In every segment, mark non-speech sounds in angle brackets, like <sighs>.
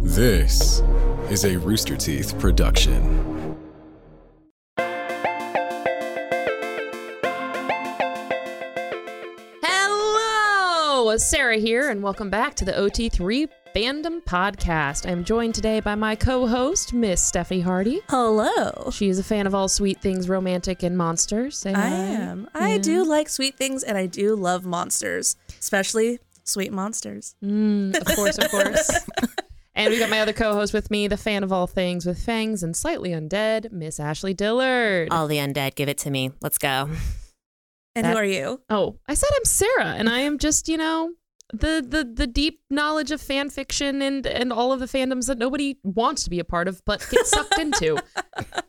This is a Rooster Teeth production. Hello, Sarah here, and welcome back to the OT3 Fandom Podcast. I'm joined today by my co-host, Miss Steffi Hardy. Hello. She is a fan of all sweet things romantic and monsters. Say I hi. am. I Yeah. do like sweet things and I do love monsters, especially sweet monsters. Mm, of course, of <laughs> course. and we got my other co-host with me, the fan of all things with fangs and slightly undead, Miss Ashley Dillard. All the undead, give it to me. Let's go. And That- who are you? Oh, I said I'm Sarah, and I am just you know the the the deep knowledge of fan fiction and and all of the fandoms that nobody wants to be a part of but get sucked into.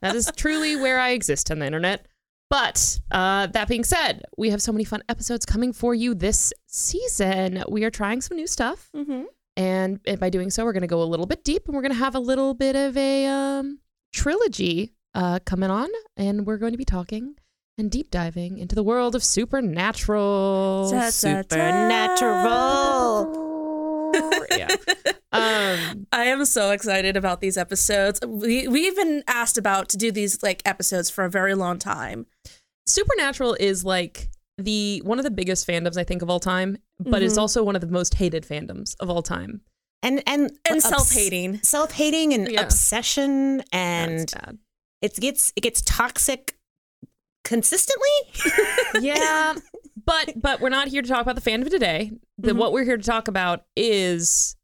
That is truly where I exist on the internet. But uh, that being said, we have so many fun episodes coming for you this season. We are trying some new stuff, Mm-hmm. and, and by doing so, we're going to go a little bit deep, and we're going to have a little bit of a um, trilogy uh, coming on, and we're going to be talking and deep diving into the world of supernatural. <laughs> yeah. Um, I am so excited about these episodes. We we've been asked about to do these like episodes for a very long time. supernatural is like the one of the biggest fandoms I think of all time, but it's Mhm. also one of the most hated fandoms of all time. And and And self-hating. self hating, and Yeah. obsession, and That's bad. it gets it gets toxic consistently. yeah, but but we're not here to talk about the fandom today. The, Mhm. What we're here to talk about is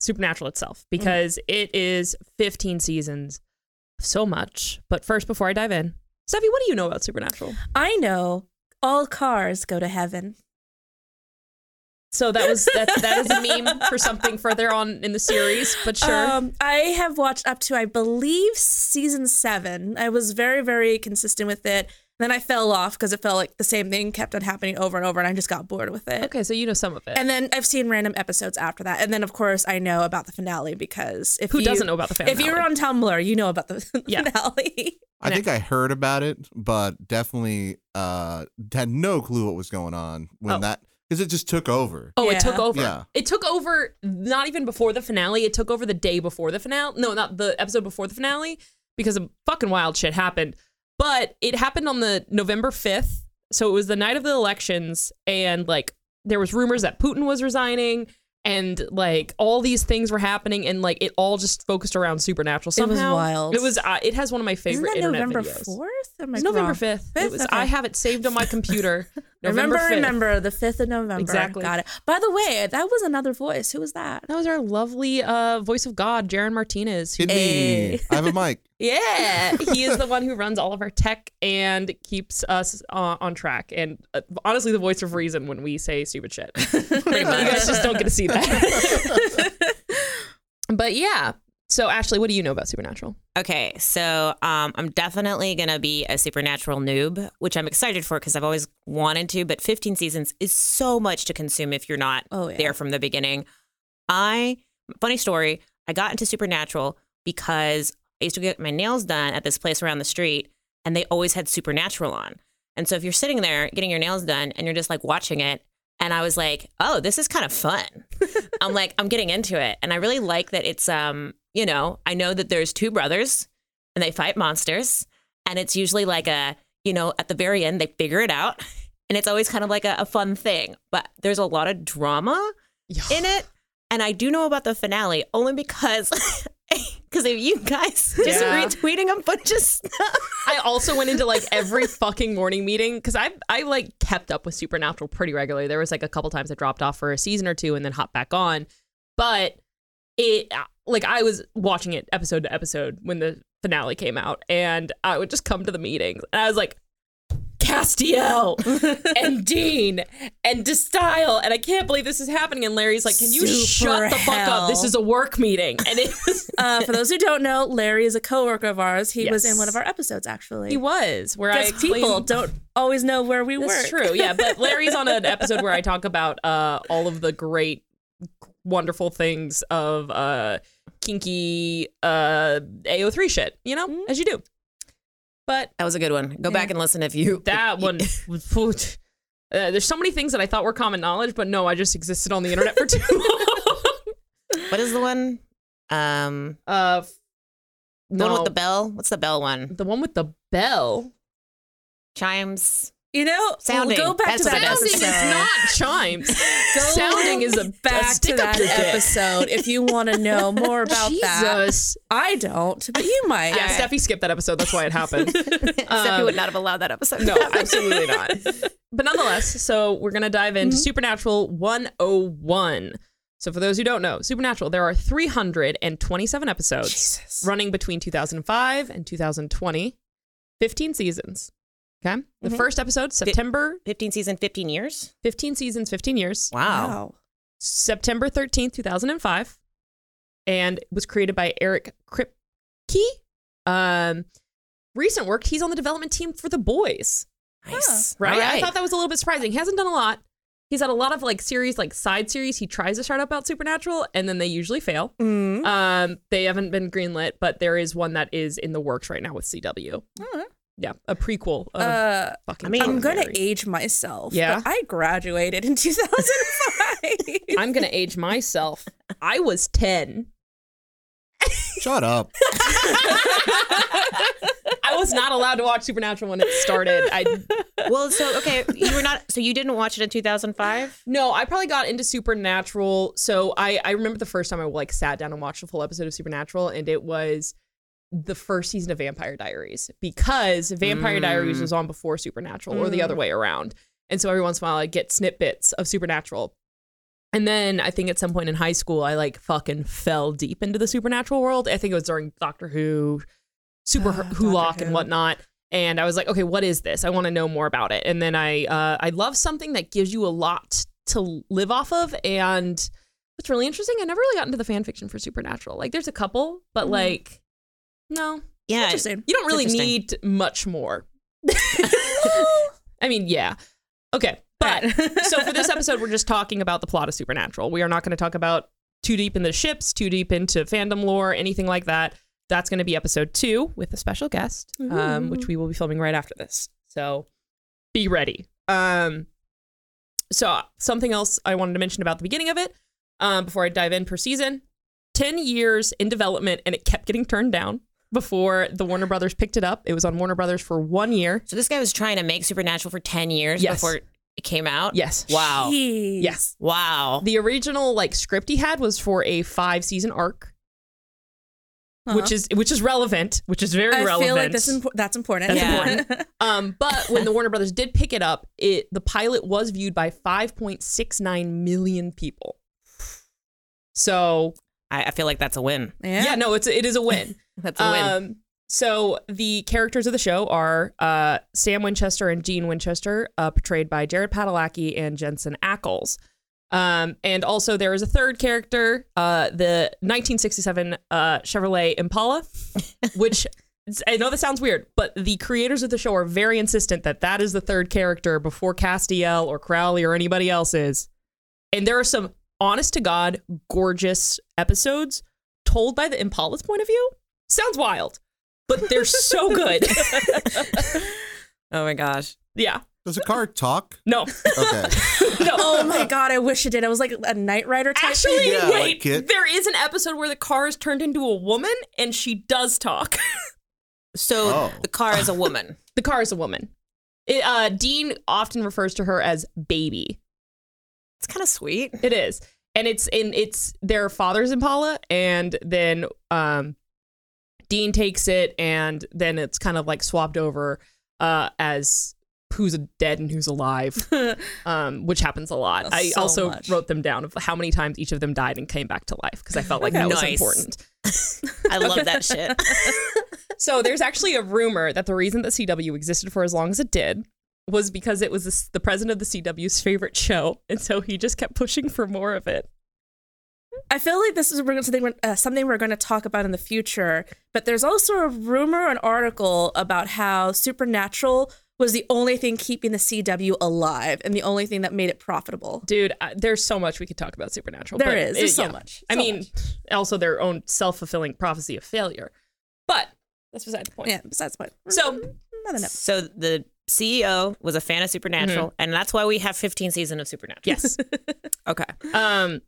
Supernatural Mm-hmm. itself because it is 15 seasons, so much. But first, before I dive in, Steffi, what do you know about Supernatural? I know all cars go to heaven. So that was that that is a <laughs> meme for something further on in the series, but sure. Um, I have watched up to, I believe, season seven. I was very, very consistent with it. Then I fell off because it felt like the same thing kept on happening over and over, and I just got bored with it. okay, so you know some of it. And then I've seen random episodes after that. And then, of course, I know about the finale because if Who you, doesn't know about the finale? If you were on Tumblr, you know about the <laughs> Yeah. finale. I And I- think I heard about it, but definitely uh, had no clue what was going on when Oh. that because it just took over. Oh, Yeah. it took over. Yeah. It took over not even before the finale. It took over the day before the finale. No, not the episode before the finale because of fucking wild shit happened. But it happened on the November 5th. So it was the night of the elections and like there was rumors that Putin was resigning and like all these things were happening and like it all just focused around supernatural It was somehow. wild. It was uh, it has one of my Isn't favorite that internet November videos. 4th? Am I It's November wrong? 5th. It Fifth? was Okay. I have it saved on my <laughs> computer. November 5th. Remember, remember the 5th of November. Exactly. Got it. By the way, that was another voice. Who was that? That was our lovely uh, voice of God, Jaron Martinez. who- Hit me. I have a mic. <laughs> yeah, he is the one who runs all of our tech and keeps us uh, on track. And uh, honestly, the voice of reason when we say stupid shit. you guys just don't get to see that. <laughs> but yeah, so Ashley, what do you know about Supernatural? Okay, so um, I'm definitely gonna be a supernatural noob, which I'm excited for because I've always wanted to. But 15 seasons is so much to consume if you're not Oh, yeah. there from the beginning. I funny story. I got into supernatural because I used to get my nails done at this place around the street, and they always had supernatural on. And so if you're sitting there getting your nails done and you're just like watching it, and I was like, oh, this is kind of fun. I'm like, I'm getting into it, and I really like that it's um, you know, I know that there's two brothers and they fight monsters, and it's usually like a you know at the very end they figure it out. And it's always kind of like a, a fun thing, but there's a lot of drama in it. And I do know about the finale only because <laughs> because of you guys just Yeah. retweeting a bunch of stuff. I also went into like every fucking morning meeting because I I like kept up with Supernatural pretty regularly. There was like a couple times I dropped off for a season or two and then hopped back on, but it uh, like I was watching it episode to episode when the finale came out, and I would just come to the meetings and I was like. Castiel <laughs> and Dean and Destyle and I can't believe this is happening. And Larry's like, "Can you Super shut the fuck up? hell. This is a work meeting." And it was, Uh, for those who don't know, Larry is a coworker of ours. He was Yes. in one of our episodes, actually. he was where I <laughs> Because explained, people don't always know where we That's work. true. Yeah, but Larry's on an episode where I talk about uh, all of the great, wonderful things of uh, kinky uh, AO3 shit. You know, as you do. But That was a good one. Go back and listen if you that one was. <laughs> phew, Uh, there's so many things that I thought were common knowledge, but no, I just existed on the internet for too long. What is the one? Um, Uh, f- the no. one with the bell. What's the bell one? The one with the bell. Chimes. <laughs> You know, Sounding. go back That's to what that it Sounding is episode. not chimes. Go Sounding is a a back to stick up that your dick. episode if you want to <laughs> know more about that. Jesus. I don't, but you might. Yeah, Steffi skipped that episode. That's why it happened. <laughs> Steffi would not have allowed that episode. <laughs> No, absolutely not. But nonetheless, so we're going to dive into Supernatural 101. So, for those who don't know, Supernatural, there are 327 episodes Jesus. running between 2005 and 2020, 15 seasons. Okay. The first episode, September, Fifteen season, fifteen years. 15 seasons, 15 years, Wow. September 13th, 2005. And it was created by Eric Kripke. Um, recent work, he's on the development team for The Boys Nice. right? All I thought that was a little bit surprising. He hasn't done a lot. He's had a lot of like series, like side series. He tries to start up out Supernatural, and then they usually fail. Mm. Um, they haven't been greenlit, but there is one that is in the works right now with CW. Yeah, a prequel. Of Uh, fucking. I mean- Tom I'm and gonna Mary. age myself. Yeah. but I graduated <laughs> in <laughs> 2005. I'm gonna age myself. I was ten. Shut up. I was not allowed to watch Supernatural when it started. I well, so okay, you were not. So you didn't watch it in two thousand five. No, I probably got into Supernatural. So I I remember the first time I like sat down and watched a full episode of Supernatural, and it was the first season of Vampire Diaries because Vampire Mm. Diaries was on before Supernatural, or Mm. the other way around. And so every once in a while, I get snippets of Supernatural. And then I think at some point in high school, I like fucking fell deep into the supernatural world. I think it was during Doctor Who, Super Ah, Hulock, Doctor and Who. whatnot. And I was like, okay, what is this? I want to know more about it. And then I, uh, I love something that gives you a lot to live off of. And what's really interesting, I never really got into the fan fiction for Supernatural. Like, there's a couple, but Mm-hmm. like, no, <laughs> Yeah. Interesting. you don't really Interesting. need much more. I mean, yeah. Okay. But so for this episode, we're just talking about the plot of Supernatural. We are not going to talk about too deep into ships, too deep into fandom lore, anything like that. That's going to be episode two with a special guest, um, which we will be filming right after this. So be ready. Um, so something else I wanted to mention about the beginning of it, um, before I dive in per season, ten years in development, and it kept getting turned down before the Warner Brothers picked it up. It was on Warner Brothers for one year. So this guy was trying to make Supernatural for ten years Yes. before it came out. Yes. Wow. Jeez. Yes. Wow. The original like script he had was for a five season arc, Uh-huh. which is which is relevant, which is very I relevant. feel like this impo- that's important. That's Yeah. <laughs> important. Um, but when the Warner Brothers did pick it up, it the pilot was viewed by 5.69 million people. So I, I feel like that's a win. yeah, no, it's it is a win. That's a win. Um, so the characters of the show are uh, Sam Winchester and Gene Winchester, uh, portrayed by Jared Padalecki and Jensen Ackles. Um, and also there is a third character, uh, the 1967 uh, Chevrolet <laughs> Impala, which I know that sounds weird, but the creators of the show are very insistent that that is the third character before Castiel or Crowley or anybody else is. And there are some honest to God gorgeous episodes told by the Impala's point of view. Sounds wild, but they're so <laughs> good. oh my gosh. yeah. Does a car talk? No. Okay. No. Oh my god, I wish it did. I was like a Knight Rider type. Actually, Yeah, like wait. it. there is an episode where the car is turned into a woman and she does talk. <laughs> So Oh. the car is a woman. the car is a woman. It, uh, Dean often refers to her as baby. <laughs> it's kind of sweet. It is. And it's in it's their father's Impala and then um Dean takes it and then it's kind of like swapped over uh as who's dead and who's <laughs> alive. um which happens a lot. I So also much. wrote them down of how many times each of them died and came back to life because I felt like that was Nice. important. I love that shit. <laughs> So there's actually a rumor that the reason that CW existed for as long as it did was because it was this, the president of the CW's favorite show and so he just kept pushing for more of it. I feel like this is we're gonna- something we're, uh, something we're going to talk about in the future. But there's also a rumor, an article about how Supernatural was the only thing keeping the CW alive and the only thing that made it profitable. Dude, I, there's so much we could talk about Supernatural. There but is. it- There's so yeah. much. I So mean, much. also their own self fulfilling prophecy of failure. But that's beside the point. yeah. Besides the point. <laughs> So- not enough. So the CEO was a Mm-hmm. fan of Supernatural, and that's why we have 15 season of Supernatural. Yes. <laughs> Okay. um,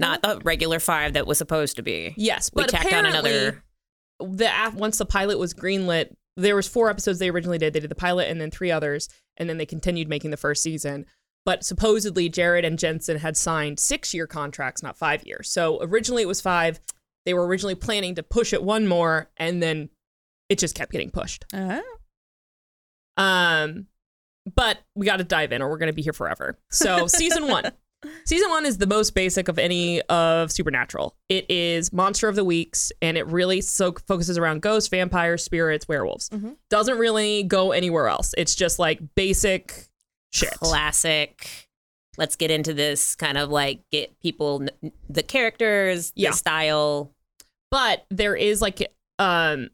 not the regular five that was supposed to be. Yes, We but tacked on apparently, another. the af- once the pilot was greenlit, there was four episodes they originally did. They did the pilot and then three others, and then they continued making the first season. But supposedly Jared and Jensen had signed six-year contracts, not five years. So originally it was five. They were originally planning to push it one more, and then it just kept getting pushed. Uh, Um, but we got to dive in, or we're going to be here forever. So, season one. Season one is the most basic of any of Supernatural. It is Monster of the Weeks, and it really so focuses around ghosts, vampires, spirits, werewolves. Mhm. Doesn't really go anywhere else. It's just like basic shit. classic. Let's get into this kind of like get people kn- the characters, Yeah. the style. but there is like um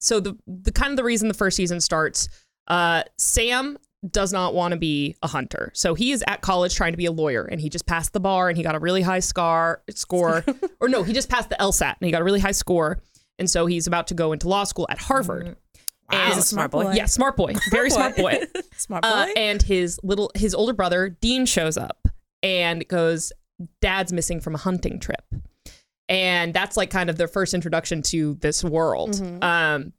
so the the kind of the reason the first season starts uh sam does not want to be a hunter so he is at college trying to be a lawyer and he just passed the bar and he got a really high scar score or no he just passed the lsat and he got a really high score and so he's about to go into law school at harvard He's a smart boy. boy. yeah smart boy very smart boy <laughs> Smart boy. uh, and his little his older brother Dean shows up and goes, "Dad's missing from a hunting trip," and that's like kind of their first introduction to this world. Um,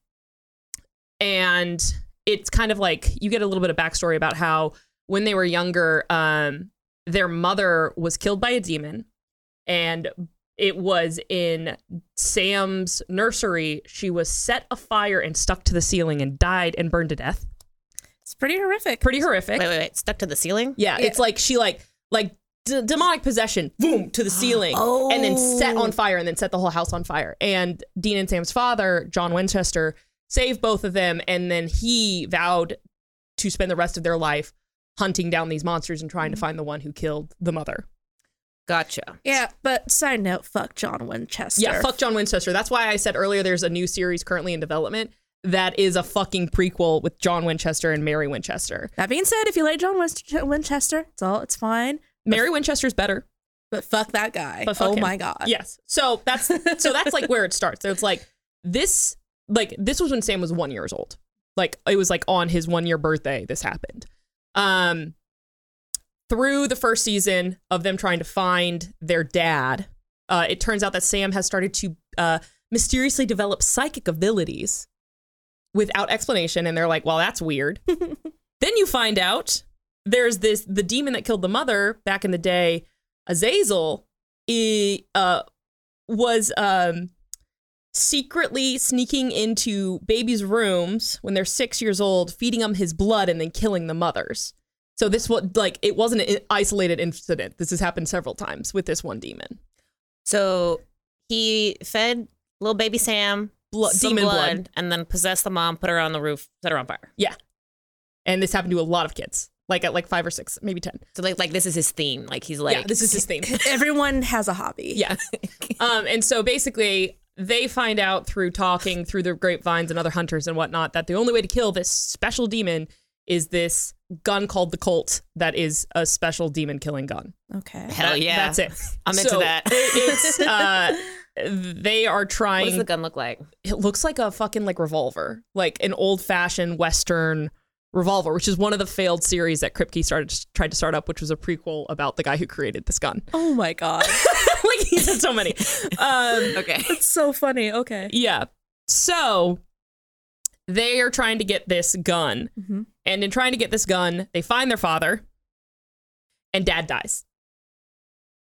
and it's kind of like you get a little bit of backstory about how when they were younger, um, their mother was killed by a demon, and it was in Sam's nursery. She was set afire and stuck to the ceiling and died and burned to death. it's pretty horrific. Pretty horrific. Wait, wait, wait. Stuck to the ceiling? Yeah, it's like she like like d- demonic possession, boom to the ceiling, and then set on fire, and then set the whole house on fire. And Dean and Sam's father, John Winchester, saved both of them, and then he vowed to spend the rest of their life hunting down these monsters and trying to find the one who killed the mother. Gotcha. Yeah, but side note, fuck John Winchester. Yeah, fuck John Winchester. That's why I said earlier there's a new series currently in development that is a fucking prequel with John Winchester and Mary Winchester. That being said, if you like John Winst- Winchester, it's all it's fine. Mary Winchester's better. But fuck that guy. But fuck oh him. my god. Yes. So that's so that's like where it starts. So it's like this like this was when Sam was one years old. Like it was like on his one year birthday this happened. Um through the first season of them trying to find their dad, uh, it turns out that Sam has started to uh, mysteriously develop psychic abilities without explanation, and they're like, "Well, that's <laughs> weird." then you find out there's this the demon that killed the mother back in the day, Azazel, i- uh, was um, secretly sneaking into babies' rooms when they're six years old, feeding them his blood, and then killing the mothers. So this was like it wasn't an isolated incident. This has happened several times with this one demon. So he fed little baby Sam Blood, some demon blood. and then possessed the mom, put her on the roof, set her on fire. and this happened to a lot of kids, like at like five or six, maybe ten. So like, like this is his theme. Like he's like yeah, this is his theme. Everyone has a hobby. <laughs> Yeah. um, and so basically, they find out through talking through the grapevines and other hunters and whatnot that the only way to kill this special demon is this gun called the Colt that is a special demon killing gun. Okay. <laughs> hell That- yeah. That's it. <laughs> I'm into So that. <laughs> It's uh, they are <laughs> What does trying. the gun look like? it looks like a fucking like revolver, like an old fashioned Western revolver, which is one of the failed series that Kripke started tried to start up, which was a prequel about the guy who created this gun. <laughs> Oh my <laughs> god. like he's had so <laughs> many. Um, Okay. It's so funny. Okay. Yeah. So they are trying to get this gun. Mm-hmm. Mhm. And in trying to get this gun, they find their father and dad dies.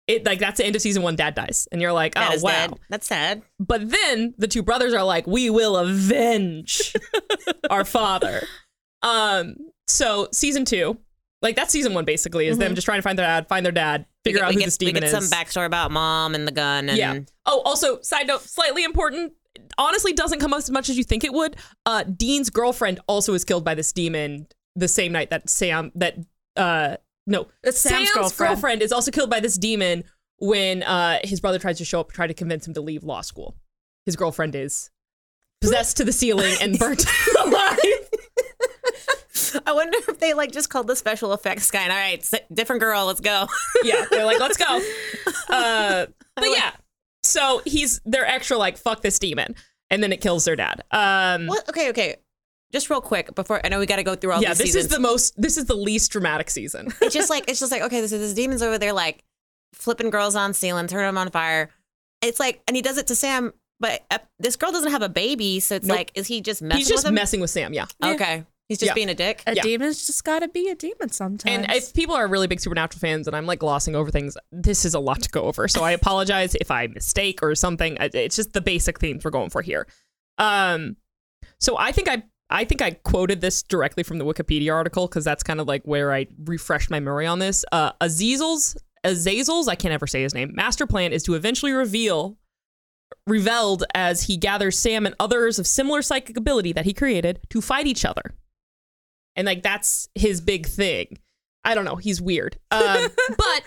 It like that's the end of season one, dad dies. And you're like, <laughs> That oh is wow. dead. That's sad. But then the two brothers are like, we will <laughs> avenge our father. Um, so season two, like that's season one basically, is them just trying to find their dad, find their dad, figure Mm-hmm. out we get, we who get, this we demon get is. some backstory about mom and the gun. And Yeah. Oh, also, side note, slightly important. Honestly, doesn't come up as much as you think it would. Uh, Dean's girlfriend also is killed by this demon the same night that Sam that uh no It's Sam's girlfriend. is also killed by this demon when uh his brother tries to show up try to convince him to leave law school. His girlfriend is possessed to the ceiling <laughs> and burnt alive. I wonder if they like just called the special effects guy. And, all right, s- different girl. Let's go. <laughs> yeah, they're like, let's <laughs> go. Uh, but yeah, so he's they're extra like fuck this demon, and then it kills their dad. Um, What? Okay, okay. Just real quick before I know we got to go through all yeah, these this seasons. is the most. This is the least dramatic season. <laughs> it's just like it's just like okay, this is this demon's over there like flipping girls on ceiling, turning them on fire. It's like, and he does it to Sam, but uh, this girl doesn't have a baby, so it's Nope. like, is he just messing He's just with him? messing with Sam. Yeah. okay, he's just Yeah. being a dick. A Yeah. demon's just gotta be a demon sometimes. And if people are really big Supernatural fans and I'm like glossing over things, this is a lot to go over. So I apologize if I mistake or something. I- It's just the basic themes we're going for here. Um, so I think I I think I quoted this directly from the Wikipedia article because that's kind of like where I refreshed my memory on this. Uh, Azazel's Azazel's I can't ever say his name. Master plan is to eventually reveal reveled as he gathers Sam and others of similar psychic ability that he created to fight each other. And like that's his big thing. I don't know. He's weird. <laughs> Um, but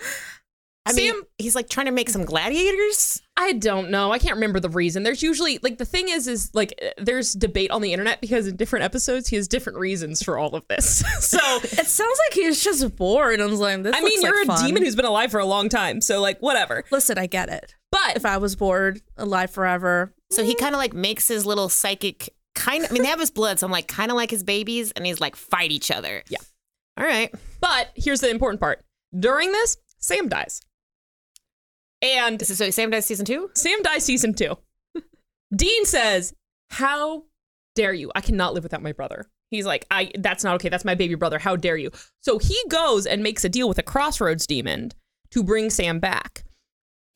I mean, Sam- he's like trying to make some gladiators. I don't know. I can't remember the reason. There's usually like the thing is is like uh, there's debate on the internet because in different episodes he has different reasons for all of this. <laughs> <laughs> so it sounds like he's just bored and was like, this I mean, looks you're like a fun. demon who's been alive for a long time. So like whatever. Listen, I get it. But If I was bored, alive forever, So he kind of like makes his little psychic kind of. I mean, they have his blood, so I'm like kind of like his babies, and he's like fight each other. Yeah. All right. but here's the important part. During this, Sam dies. And This is so Sam dies season two. Sam dies season two. <laughs> Dean says, How dare you? I cannot live without my brother. He's like, I that's not okay. That's my baby brother. How dare you? So he goes and makes a deal with a crossroads demon to bring Sam back.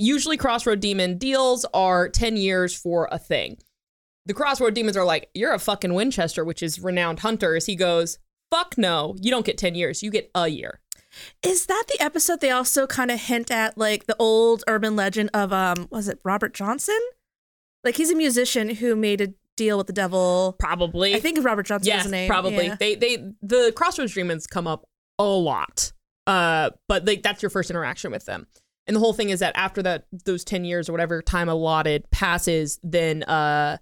Usually crossroad demon deals are 10 years for a thing. The crossroad demons are like, You're a fucking Winchester, which is renowned hunters. He goes, Fuck no, you don't get 10 years. You get a year. Is that the episode they also kind of hint at like the old urban legend of um was it Robert Johnson? Like he's a musician who made a deal with the devil. Probably. I think Robert Johnson was the name. Probably. yeah. They they the crossroads demons come up a lot. Uh, but like that's your first interaction with them. And the whole thing is that after that those ten years or whatever time allotted passes, then uh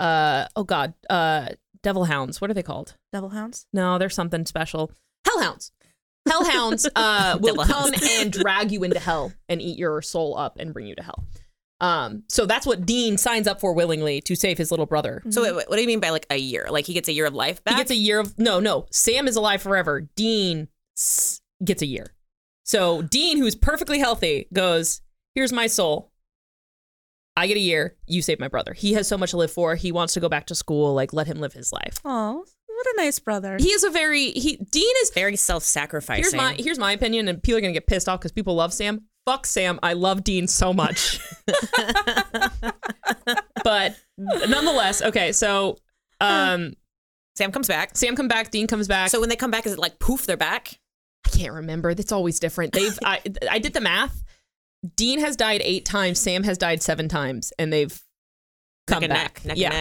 uh oh god, uh devil hounds, what are they called? Devil hounds. No, they're something special. Hellhounds. <laughs> <laughs> Hellhounds uh, will Devil come hounds. and drag you into hell and eat your soul up and bring you to hell. Um, so that's what Dean signs up for willingly to save his little brother <laughs> So wait, wait, what do you mean by like a year? Like he gets a year of life back? he gets a year of no, no. Sam is alive forever. Dean s- gets a year. So Dean, who's perfectly healthy, goes, "Here's my soul. I get a year. You save my brother. He has so much to live for. He wants to go back to school. Like, let him live his life. Oh, what a nice brother. He is a very he. Dean is very self-sacrificing. here's my here's my opinion, and people are gonna get pissed off because people love Sam. Fuck Sam. I love Dean so much. but nonetheless, okay. So, um, Sam comes back. Sam come back. Dean comes back. So when they come back, is it like poof? They're back. I can't remember. That's always different. They've I, I did the math. Dean has died eight times. Sam has died seven times, and they've come neck and back. neck. Neck yeah.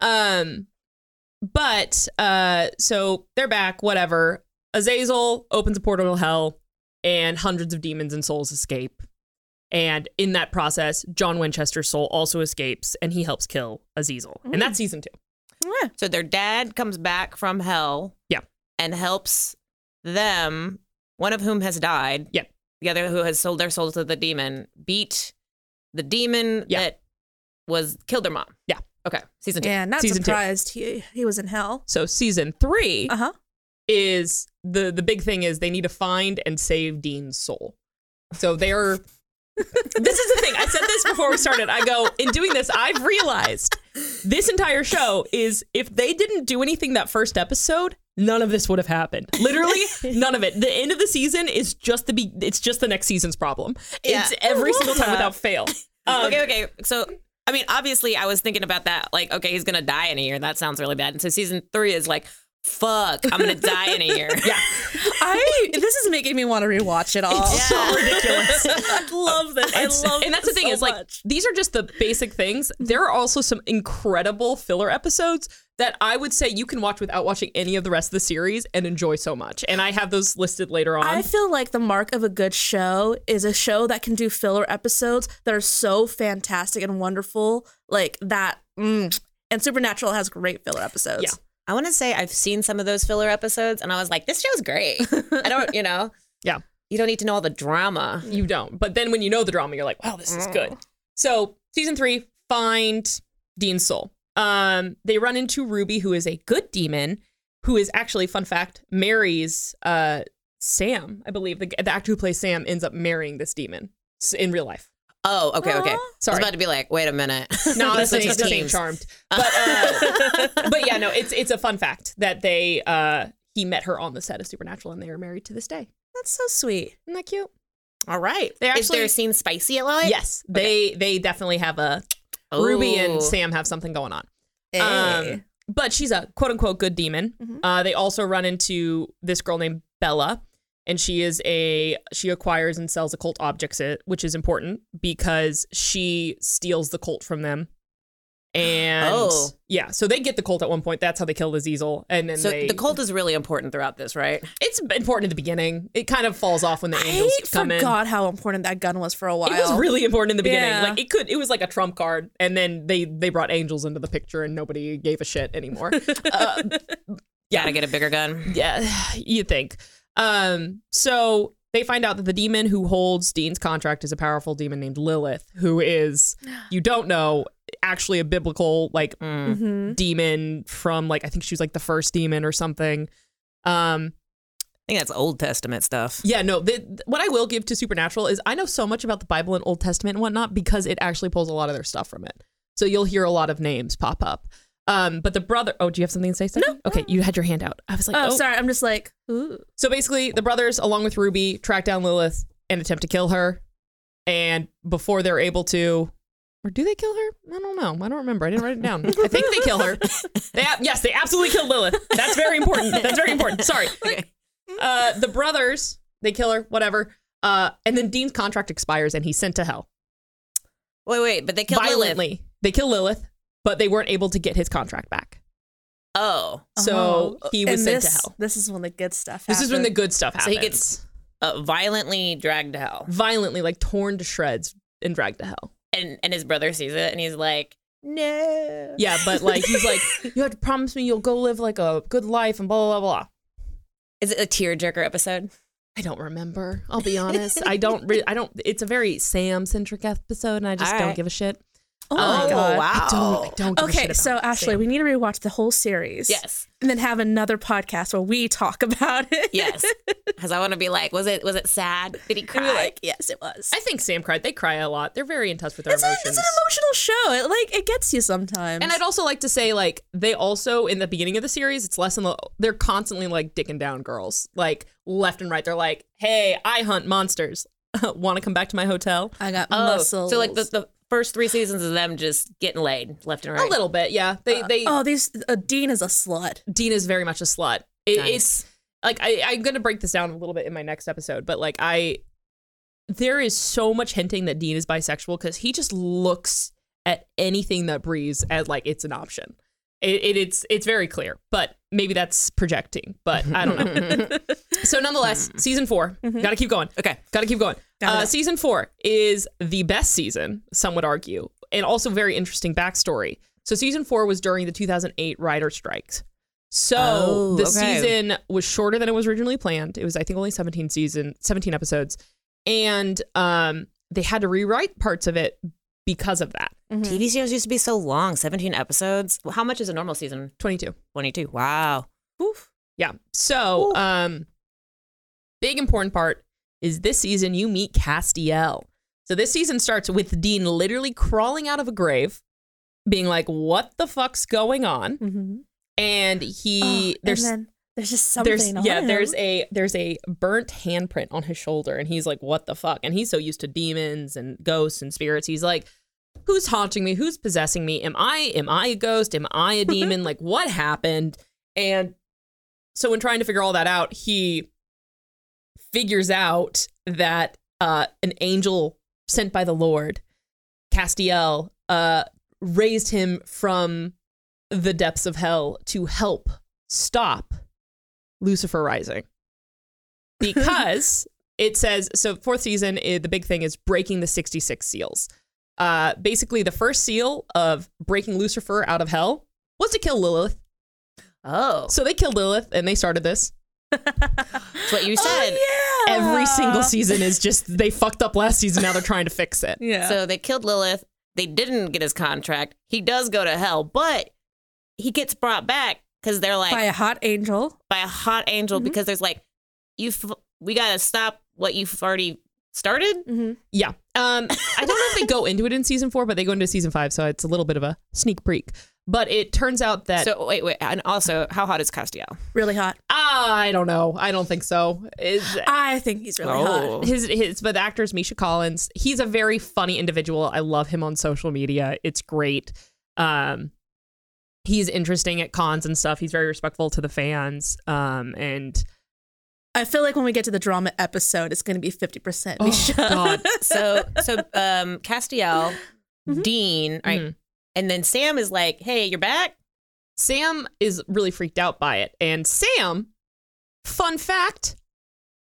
and neck. Um, but uh, so they're back. Whatever. Azazel opens a portal to hell, and hundreds of demons and souls escape. And in that process, John Winchester's soul also escapes, and he helps kill Azazel. And that's season two. Yeah. So their dad comes back from hell. Yeah. And helps them, one of whom has died. Yeah. The other who has sold their soul to the demon, beat the demon Yeah. that was killed their mom. Yeah. Okay. Season two. Yeah, not Season two. surprised he he was in hell. So season three. Uh huh. is the the big thing is they need to find and save Dean's soul. So they're this is the thing. I said this before we started. I go, in doing this, I've realized this entire show is if they didn't do anything that first episode, none of this would have happened. Literally, none of it. The end of the season is just the be- it's just the next season's problem. It's Yeah. every single time without fail. Um, okay, okay. So I mean, obviously I was thinking about that. Like, okay, he's gonna die in a year. That sounds really bad. And so season three is like, fuck, I'm gonna die in a year. <laughs> yeah. I this is making me want to rewatch it all. It's so <laughs> ridiculous. I love this. I love and that's the this thing so is like much. these are just the basic things there are also some incredible filler episodes that i would say you can watch without watching any of the rest of the series and enjoy so much and i have those listed later on I feel like the mark of a good show is a show that can do filler episodes that are so fantastic and wonderful, like that. Mm. And Supernatural has great filler episodes. Yeah. I wanna say I've seen some of those filler episodes and I was like, this show's great. I don't, you <laughs> know. Yeah. You don't need to know all the drama. you don't but then when you know the drama you're like wow this is Mm. good so season three find dean's soul um they run into ruby who is a good demon who is actually fun fact marries uh sam i believe the, the actor who plays sam ends up marrying this demon s- in real life. Oh, okay, okay. Aw. I was Sorry. about to be like, wait a <laughs> minute. No, Let's this switch ain't, this ain't teams. charmed. But uh, <laughs> but yeah, no, it's it's a fun fact that they uh he met her on the set of Supernatural and they are married to this day. That's so sweet. Isn't that cute? <laughs> All right. They Is actually- there a scene spicy at life? Yes, they they definitely have a Ruby Oh. and Sam have something going on. Eh. Um, Hey. but she's a quote unquote good demon. Mm-hmm. Mhm. Uh, they also run into this girl named Bella, and she is a she acquires and sells occult objects, eh, which is important because she steals the cult from them. And <gasps> Oh. yeah, so they get the cult at one point. That's how they kill Azizel, and then So they, the cult is really important throughout this, right? It's important at the beginning. It kind of falls off when the I angels come in. forgot how important that gun was for a while. It was really important in the beginning. Yeah. Like it could, it was like a trump card, and then they they brought angels into the picture, and nobody gave a shit anymore. uh, Yeah. Gotta get a bigger gun. yeah, <sighs> you think. Um, so they find out that the demon who holds Dean's contract is a powerful demon named Lilith, who is you don't know actually a biblical like Mm. Mhm. demon from like I think she was like the first demon or something. Um, I think that's Old Testament stuff. yeah, no. The, what I will give to Supernatural is I know so much about the Bible and Old Testament and whatnot because it actually pulls a lot of their stuff from it. So you'll hear a lot of names pop up. Um, but the brother. Oh, do you have something to say? Stephanie? No. Okay, you had your hand out. I was like, Oh, sorry. I'm just like, ooh. uh-huh. So basically, the brothers, along with Ruby, track down Lilith and attempt to kill her. And before they're able to, or do they kill her? I don't know. I don't remember. I didn't write it down. I think they kill <laughs> her. They ab- yes, they absolutely kill Lilith. That's very important. That's very important. <laughs> Sorry. Uh, the brothers, they kill her, whatever. Uh, and then Dean's contract expires and he's sent to hell Wait, wait, but they killed Lilith. violently. They kill Lilith, but they weren't able to get his contract back. Oh, So Oh. he was sent And to this- hell. This is when the good stuff This is when the happened. good stuff So happens. he gets- uh, violently dragged to hell, violently, like torn to shreds and dragged to hell. and and his brother sees it, and he's like, "No." Yeah, but like he's like, you have to promise me you'll go live like a good life and blah blah blah. blah. Is it a tearjerker episode? I don't remember. I'll be honest. I don't. Re- I don't. It's a very Sam centric episode, and I just All don't right. give a shit. Oh my Um, God. I don't. I don't give a shit Okay, about so Ashley, Sam. we need to rewatch the whole series. Yes, And then have another podcast where we talk <laughs> about it. yes. <laughs> Because I want to be like, was it was it sad? Did he And cry? we're like, yes, it was. I think Sam cried. They cry a lot. They're very in touch with their It's, a, emotions. it's an emotional show. It like it gets you sometimes. and I'd also like to say, like, they also in the beginning of the series, it's less and they're constantly like dicking down girls, like left and right. They're like, "Hey, I hunt monsters. <laughs> Want to come back to my hotel?" I got oh, muscles. so like the, the first three seasons of them just getting laid left and right. A little bit, yeah. They they oh, these uh, Dean is a slut. Dean is very much a slut. It, Nice. It's like I, I'm gonna break this down a little bit in my next episode, but like I, there is so much hinting that Dean is bisexual because he just looks at anything that breathes as like it's an option. It, it it's it's very clear, but maybe that's projecting. But I don't know. so nonetheless, season 4 Mhm. gotta keep going. Okay. Gotta keep going. Got Uh, it. season four is the best season, some would argue, and also very interesting backstory. So, season four was during the 2008 writer strikes. So, Oh, the okay. season was shorter than it was originally planned. It was, I think, only 17 season, 17 episodes, and um, they had to rewrite parts of it because of that. TV shows used to be so long, seventeen episodes. How much is a normal season? 22. Twenty two. Wow. Yeah. So, Ooh. um, big important part is this season you meet Castiel. So this season starts with Dean literally crawling out of a grave, being like, "What the fuck's going on?" Mm-hmm. And he there's Oh, then there's just something. there's on yeah him. there's a there's a burnt handprint on his shoulder, and he's like, "What the fuck?" And he's so used to demons and ghosts and spirits, he's like. Who's haunting me? Who's possessing me? Am I am I a ghost? Am I <laughs> a demon? like what happened? And so in trying to figure all that out, he figures out that uh, an angel sent by the Lord, Castiel, uh, raised him from the depths of hell to help stop Lucifer rising. Because it says so. Fourth season, eh, the big thing is breaking the sixty-six seals. Uh, basically, the first seal of breaking Lucifer out of hell was to kill Lilith. Oh, So they killed Lilith and they started this. that's what you said. Oh, yeah. Every single season is just they fucked up last season. Now they're trying to fix it. Yeah. So they killed Lilith. They didn't get his contract. He does go to hell, but he gets brought back because they're like by a hot angel. by a hot angel Mm-hmm. Mhm. because there's like you. F- we gotta stop what you've already started. Mm-hmm. Yeah. Um, I don't know if they go into it in season four, but they go into season five, so it's a little bit of a sneak peek. But it turns out that So wait, wait, and also, how hot is Castiel? Really hot. I don't know. I don't think so. Is I think he's really Oh. hot. his his but the actor is Misha Collins. He's a very funny individual. I love him on social media. It's great. Um he's interesting at cons and stuff. He's very respectful to the fans. Um and I feel like when we get to the drama episode, it's going to be 50%. oh <laughs> god. so <laughs> so um Castiel, Mm-hmm. Dean, right? Mhm. And then Sam is like, "Hey, you're back." Sam is really freaked out by it. And Sam, fun fact,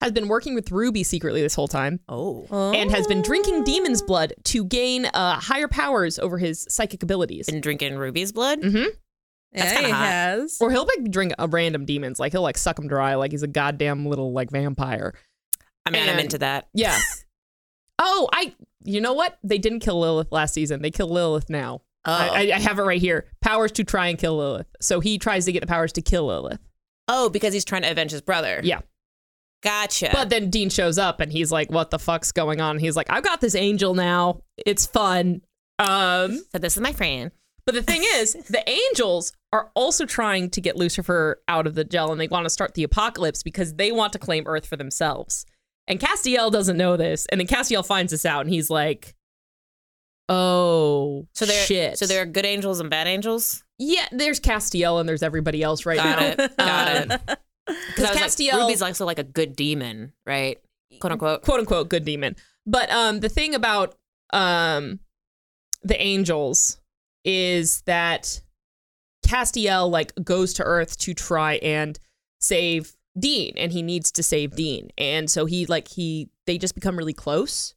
has been working with Ruby secretly this whole time. Oh, And has been Oh. drinking demon's blood to gain uh, higher powers over his psychic abilities. been drinking Ruby's blood. Mm-hmm. That's Yeah, kinda he hot. has. Or he'll like drink a random demons, like he'll like suck them dry, like he's a goddamn little like vampire. I mean, I'm And- into that. Yeah. oh, I. You know what? They didn't kill Lilith last season. They kill Lilith now. Oh, I, I, I have it right here. Powers to try and kill Lilith. So he tries to get the powers to kill Lilith. oh, because he's trying to avenge his brother. Yeah. Gotcha. But then Dean shows up and he's like, "What the fuck's going on?" He's like, "I've got this angel now. It's fun." Um, so this is my friend. but the thing is, the angels are also trying to get Lucifer out of the gel, and they want to start the apocalypse because they want to claim Earth for themselves. And Castiel doesn't know this, and then Castiel finds this out, and he's like, "Oh, So there, shit." so there are good angels and bad angels. yeah, there's Castiel, and there's everybody else right Got now. it. Got it. Because Because Castiel, like, Ruby's also like a good demon, right? Quote unquote. quote unquote good demon. But um, the thing about um, the angels is that Castiel like goes to Earth to try and save Dean, and he needs to save Dean, and so he like he they just become really close.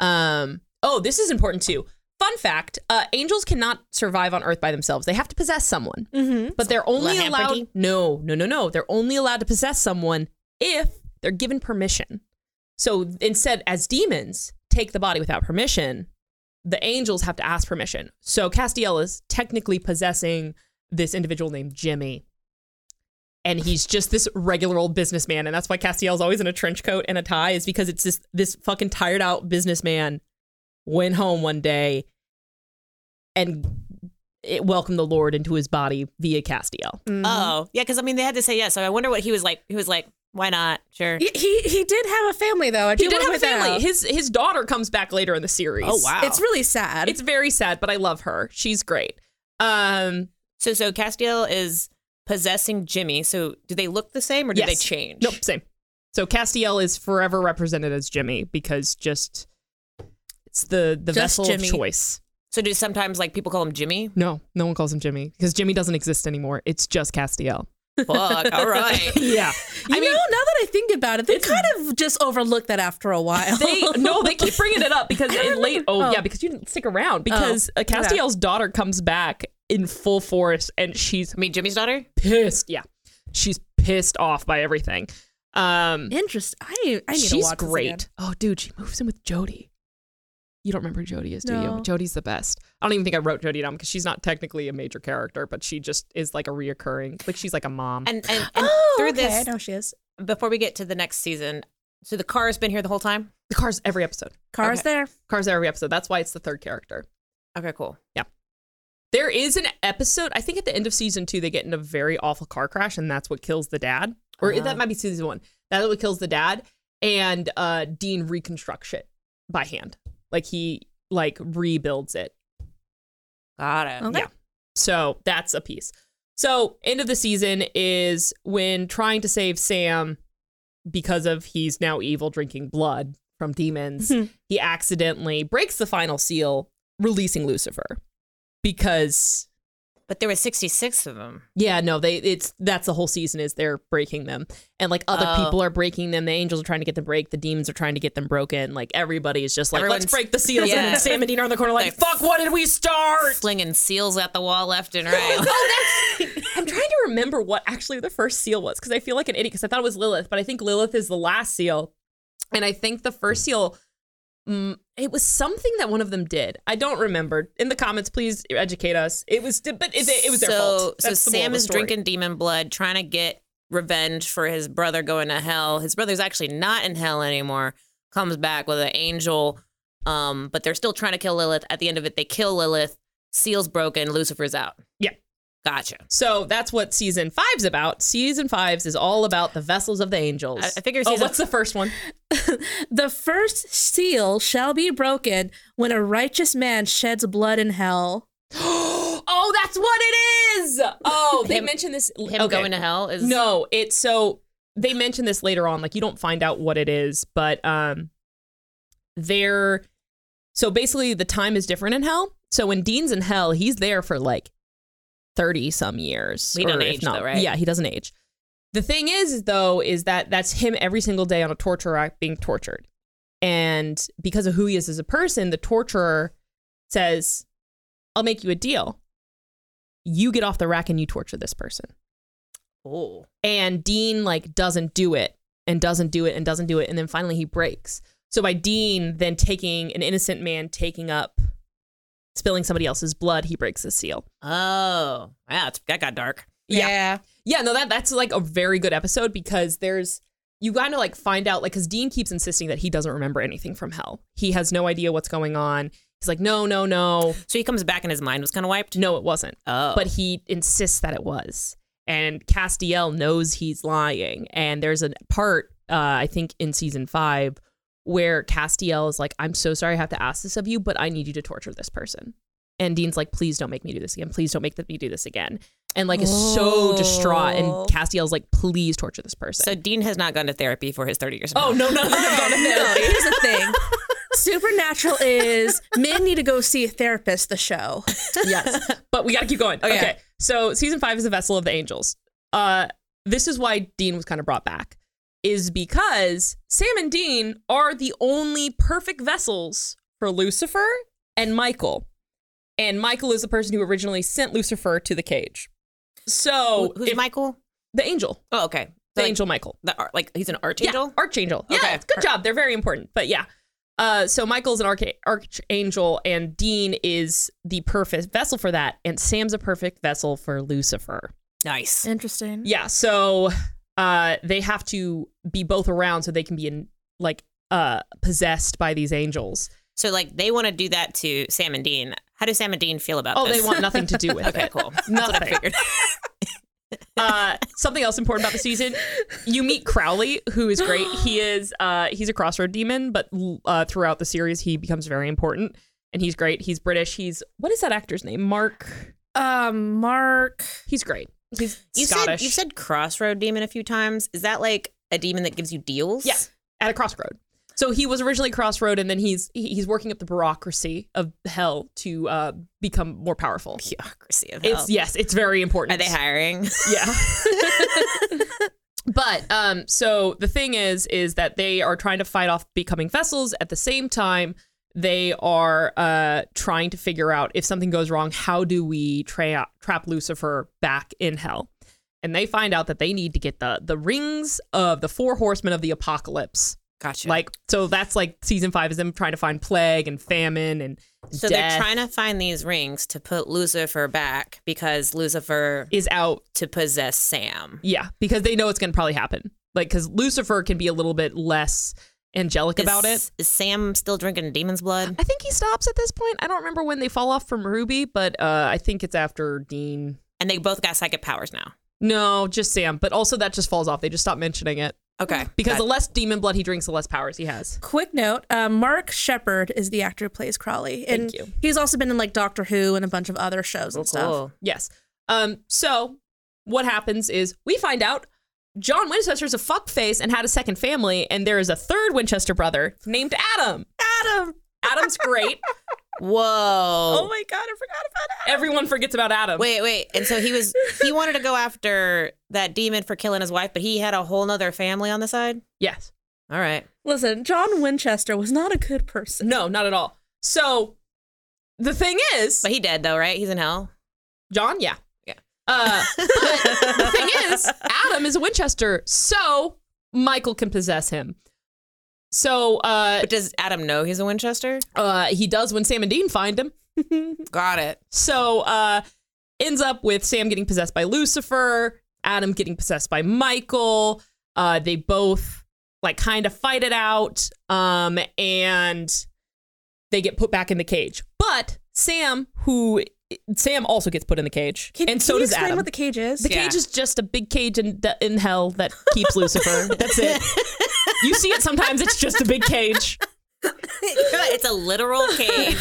Um, oh, this is important too. Fun fact: uh, angels cannot survive on Earth by themselves; they have to possess someone. hmm But they're only Lahamperty? allowed no, no, no, no. They're only allowed to possess someone if they're given permission. So instead, as demons take the body without permission, the angels have to ask permission. So Castiel is technically possessing this individual named Jimmy. And he's just this regular old businessman. And that's why Castiel's always in a trench coat and a tie, is because it's this this fucking tired out businessman went home one day and it welcomed the Lord into his body via Castiel. Oh, yeah. Because I mean, they had to say yes. So I wonder what he was like. He was like, "Why not? Sure." He, he he did have a family though. I He do did wanna have a point that family. out. His his daughter comes back later in the series. Oh, wow. It's really sad. It's very sad, but I love her. She's great. Um So so Castiel is possessing Jimmy. So do they look the same or do Yes. they change? nope, same. So Castiel is forever represented as Jimmy because just it's the the Just vessel Jimmy. of choice. So do sometimes like people call him Jimmy? No, no one calls him Jimmy because Jimmy doesn't exist anymore. It's just Castiel. Fuck. All <laughs> right. Yeah. you know, now that I think about it, they kind of just overlooked that after a <laughs> while. <laughs> They no, they keep bringing it up because in late. Oh, Oh. yeah, because you didn't stick around because uh, okay. Castiel's daughter comes back in full force and she's I mean Jimmy's daughter? pissed. Yeah, she's pissed off by everything. Um, Interesting. I I need to she's watch this great. again. Oh, dude, she moves in with Jody. You don't remember who Jody is, do No. you? Jody's the best. I don't even think I wrote Jody down because she's not technically a major character, but she just is like a reoccurring, like she's like a mom. And and, and Oh, through okay. I this know she is. before we get to the next season, so the car's been here the whole time? the car's every episode. Cars there. Car's every episode. That's why it's the third character. Okay, cool. There is an episode, I think at the end of season two, they get in a very awful car crash, and that's what kills the dad. Or Uh-huh. that might be season one. That's what kills the dad. And uh, Dean reconstructs it by hand. Like he like rebuilds it. Got it. Okay. Yeah. So that's a piece. So end of the season is when trying to save Sam because of he's now evil drinking blood from demons. Mhm. Mm-hmm. He accidentally breaks the final seal, releasing Lucifer. Because But there were sixty six of them. yeah, no, they it's that's the whole season is they're breaking them. And like other Oh. people are breaking them. The angels are trying to get them break, the demons are trying to get them broken. Like everybody is just like, Everyone's- let's break the seals. Yeah. And then Sam and Dean are in the corner like, Like, fuck, what did we start? Slinging seals at the wall left <laughs> and right. Oh, that's. I'm trying to remember what actually the first seal was because I feel like an idiot because I thought it was Lilith, but I think Lilith is the last seal, and I think the first seal. mm, it was something that one of them did. I don't remember. In the comments, please educate us. It was, but it, it was so, their fault. So That's the moral of Sam the is story. drinking demon blood, trying to get revenge for his brother going to hell. His brother's actually not in hell anymore. Comes back with an angel Um, but they're still trying to kill Lilith. At the end of it, they kill Lilith. Seal's broken. Lucifer's out. Yeah. Gotcha. So that's what season five's about. Season five's is all about the vessels of the angels. I- I figure Oh, season- what's the first one? <gasps> The first seal shall be broken when a righteous man sheds blood in hell. oh, that's what it is. <laughs> Oh, they Him- mentioned this. Him okay. going to hell is No, it's so they mention this later on. Like you don't find out what it is, but um, they're so basically the time is different in hell. So when Dean's in hell, he's there for like thirty some years. He doesn't or if age, though, right? Yeah, he doesn't age. The thing is, though, is that that's him every single day on a torture rack being tortured, and because of who he is as a person, the torturer says, "I'll make you a deal. You get off the rack and you torture this person." Oh. and Dean like doesn't do it and doesn't do it and doesn't do it and then finally he breaks. So by Dean then taking an innocent man taking up spilling somebody else's blood, he breaks the seal. Oh. Wow. That's, that got dark. Yeah. Yeah, no that that's like a very good episode because there's you got to like find out like cuz Dean keeps insisting that he doesn't remember anything from hell. He has no idea what's going on. He's like no, no, no. So he comes back and his mind was kind of wiped. No, it wasn't. Oh. but he insists that it was. And Castiel knows he's lying. And there's a part, uh, I think, in season five where Castiel is like, I'm so sorry I have to ask this of you, but I need you to torture this person. And Dean's like, please don't make me do this again. Please don't make me do this again. And like, is so distraught. And Oh. Castiel's like, please torture this person. so Dean has not gone to therapy for his 30 years. of oh, hell. no, no, no, no, no, No, no. here's the <laughs> thing. Supernatural is men need to go see a therapist. The show. <laughs> yes. But we got to keep going. Okay. So season five is the vessel of the angels. Uh, this is why Dean was kind of brought back, is because Sam and Dean are the only perfect vessels for Lucifer and Michael. And Michael is the person who originally sent Lucifer to the cage. So Who- <laughs> Who's if- Michael? the angel, Oh, okay. So the like, angel Michael. The, ar- like he's an archangel? Yeah, archangel. Yeah, Okay. good job. They're very important. But yeah. Uh, so Michael's an arch- archangel, and Dean is the perfect vessel for that, and Sam's a perfect vessel for Lucifer. Nice. Interesting. Yeah, so uh, they have to be both around so they can be in, like uh, possessed by these angels. So like they want to do that to Sam and Dean. How do Sam and Dean feel about Oh, this? they want nothing to <laughs> do with Okay, it. cool. That's what I Nothing. <laughs> figured. uh, something else important about the season, you meet Crowley, who is great. <gasps> He is uh, he's a crossroad demon, but uh, throughout the series, he becomes very important, and he's great. He's British. He's what is that actor's name? Mark. Um, Mark. He's great. He's You Scottish. said you said crossroad demon a few times. Is that like a demon that gives you deals? Yeah. at a crossroad. So he was originally crossroad, and then he's he- he's working up the bureaucracy of hell to uh, become more powerful. Bureaucracy of hell. It's yes, it's very important. Oh. Are they hiring? <laughs> Yeah. <laughs> but um so the thing is is that they are trying to fight off becoming vessels at the same time they are uh trying to figure out if something goes wrong how do we tra- trap Lucifer back in hell. And they find out that they need to get the the rings of the four horsemen of the apocalypse. Gotcha. Like so that's like season 5 is them trying to find plague and famine and so death they're trying to find these rings to put Lucifer back because Lucifer is out to possess Sam. Yeah, because they know it's going to probably happen. Like, because Lucifer can be a little bit less angelic about it. Is- Is Sam still drinking demon's blood? I think he stops at this point. I don't remember when they fall off from Ruby, but uh, I think it's after Dean. And they both got psychic powers now. No, just Sam. But also that just falls off. They just stop mentioning it Okay. because the Got- less demon blood he drinks, the less powers he has. Quick note: uh, Mark Shepard is the actor who plays Crowley, and Thank you. he's also been in like Doctor Who and a bunch of other shows and stuff. Oh, cool. Yes. Um. So what happens is we find out John Winchester is a fuckface and had a second family, and there is a third Winchester brother named Adam. Adam. Adam's <laughs> great. Whoa. oh my god, I forgot about Adam. Everyone forgets about Adam. <laughs> Wait, wait. And so he was he wanted to go after that demon for killing his wife, but he had a whole nother family on the side. Yes. All right. Listen, John Winchester was not a good person. No, not at all. So the thing is, But he dead though, right? He's in hell. John, yeah. Yeah. Uh, but the thing is, Adam is a Winchester, so Michael can possess him. So uh, But does Adam know he's a Winchester? uh, he does when Sam and Dean find him. Got it. So uh, ends up with Sam getting possessed by Lucifer, Adam getting possessed by Michael. Uh, they both like kind of fight it out. Um, and they get put back in the cage. But Sam, who Sam also gets put in the cage, Can, and can so you does explain Adam. what the cage is? The cage is just a big cage in in hell that keeps Lucifer. <laughs> That's it. You see it sometimes. It's just a big <laughs> cage <laughs> it's a literal cage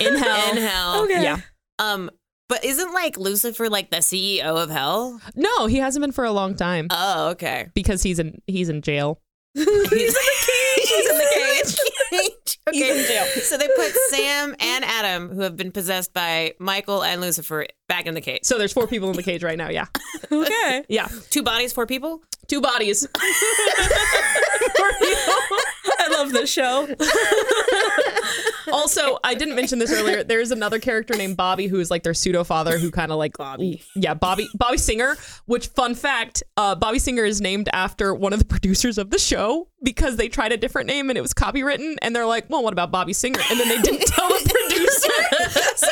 in hell. in hell. Okay. Yeah. Um, but isn't like Lucifer like the CEO of hell? No, he hasn't been for a long time Oh, okay. because he's in he's in jail. He's in the cage. <laughs> He's <laughs> in the cage. okay. He's in jail. So they put Sam and Adam, who have been possessed by Michael and Lucifer, back in the cage. So there's four people in the cage right now. Yeah, okay. yeah, Two bodies, four people. two bodies. I love this show. also, I didn't mention this earlier. There is another character named Bobby who is like their pseudo father who kind of like Bobby. Yeah, Bobby Bobby Singer, which fun fact, uh, Bobby Singer is named after one of the producers of the show because they tried a different name and it was copywritten and they're like, "Well, what about Bobby Singer?" And then they didn't tell the producer. so,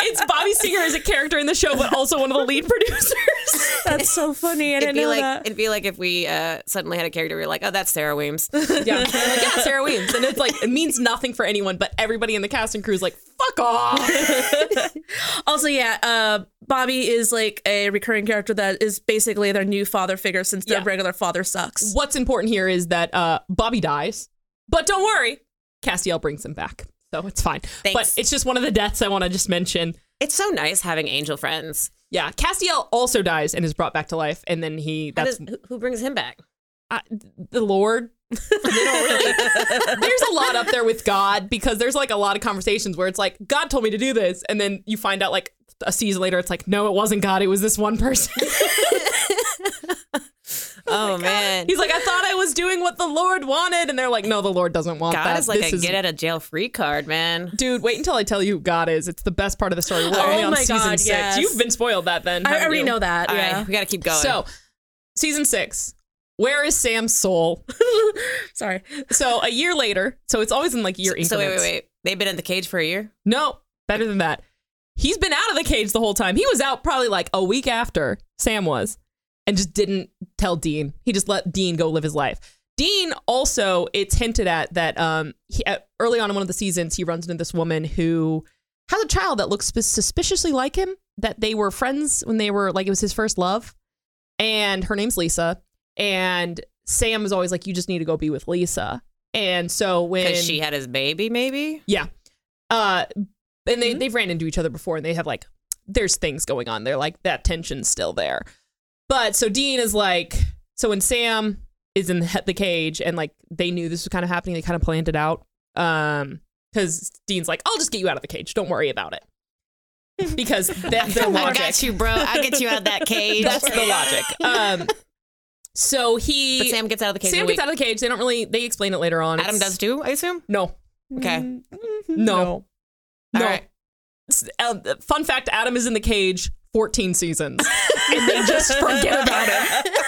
it's Bobby Singer is a character in the show but also one of the lead producers. <laughs> That's so funny. I It'd didn't be know like that. it'd be like if we uh, suddenly had a character we were like, oh, that's Sarah <laughs> Weems. Yeah, And they're like, yeah, Sarah Weems, and it's like it means nothing for anyone, but everybody in the cast and crew is like, "Fuck off!" <laughs> Also, yeah, uh, Bobby is like a recurring character that is basically their new father figure since their Yeah. regular father sucks. What's important here is that uh, Bobby dies, but don't worry, Castiel brings him back, so it's fine. But Thanks. it's just one of the deaths I want to just mention. It's so nice having angel friends. Yeah, Castiel also dies and is brought back to life, and then he How that's does- who- who brings <laughs> him back? I, the Lord. <laughs> They don't really. <laughs> there's a lot up there with God because there's like a lot of conversations where it's like God told me to do this, and then you find out like a season later it's like no, it wasn't God, it was this one person. Oh, man, He's like, I thought I was doing what the Lord wanted, and they're like, No, the Lord doesn't want God that. is like This a get out of jail free card, man. Dude, wait until I tell you who God is. It's the best part of the story. We're Oh only on my season God, six. yes. You've been spoiled that then. I haven't already you? know that. All right, yeah. we got to keep going. So, season six. Where is Sam's soul? Sorry. So a year later, so it's always in like year increments. so wait, wait, wait. They've been in the cage for a year. No, better than that. He's been out of the cage the whole time. He was out probably like a week after Sam was and just didn't tell Dean. He just let Dean go live his life. Dean also, it's hinted at that um, he, uh, early on in one of the seasons, he runs into this woman who has a child that looks sus- suspiciously like him, that they were friends when they were like, it was his first love. And her name's Lisa. And Sam is always like, you just need to go be with Lisa. And so when Because she had his baby, maybe? uh and Mm-hmm. they they've ran into each other before and they have like there's things going on they're like that tension's still there but so dean is like so when sam is in the, the cage and like they knew this was kind of happening they kind of planned it out um because dean's like i'll just get you out of the cage don't worry about it <laughs> because that's the I logic got you, bro. I get you out <laughs> of that cage. that's the logic um so he But Sam gets out of the cage. in Sam a gets week. out of the cage they don't really they explain it later on Adam It's- does too, I assume. no Okay. no no, All right. S- uh, fun fact Adam is in the cage 14 <laughs> seasons and they just forget about him. <laughs>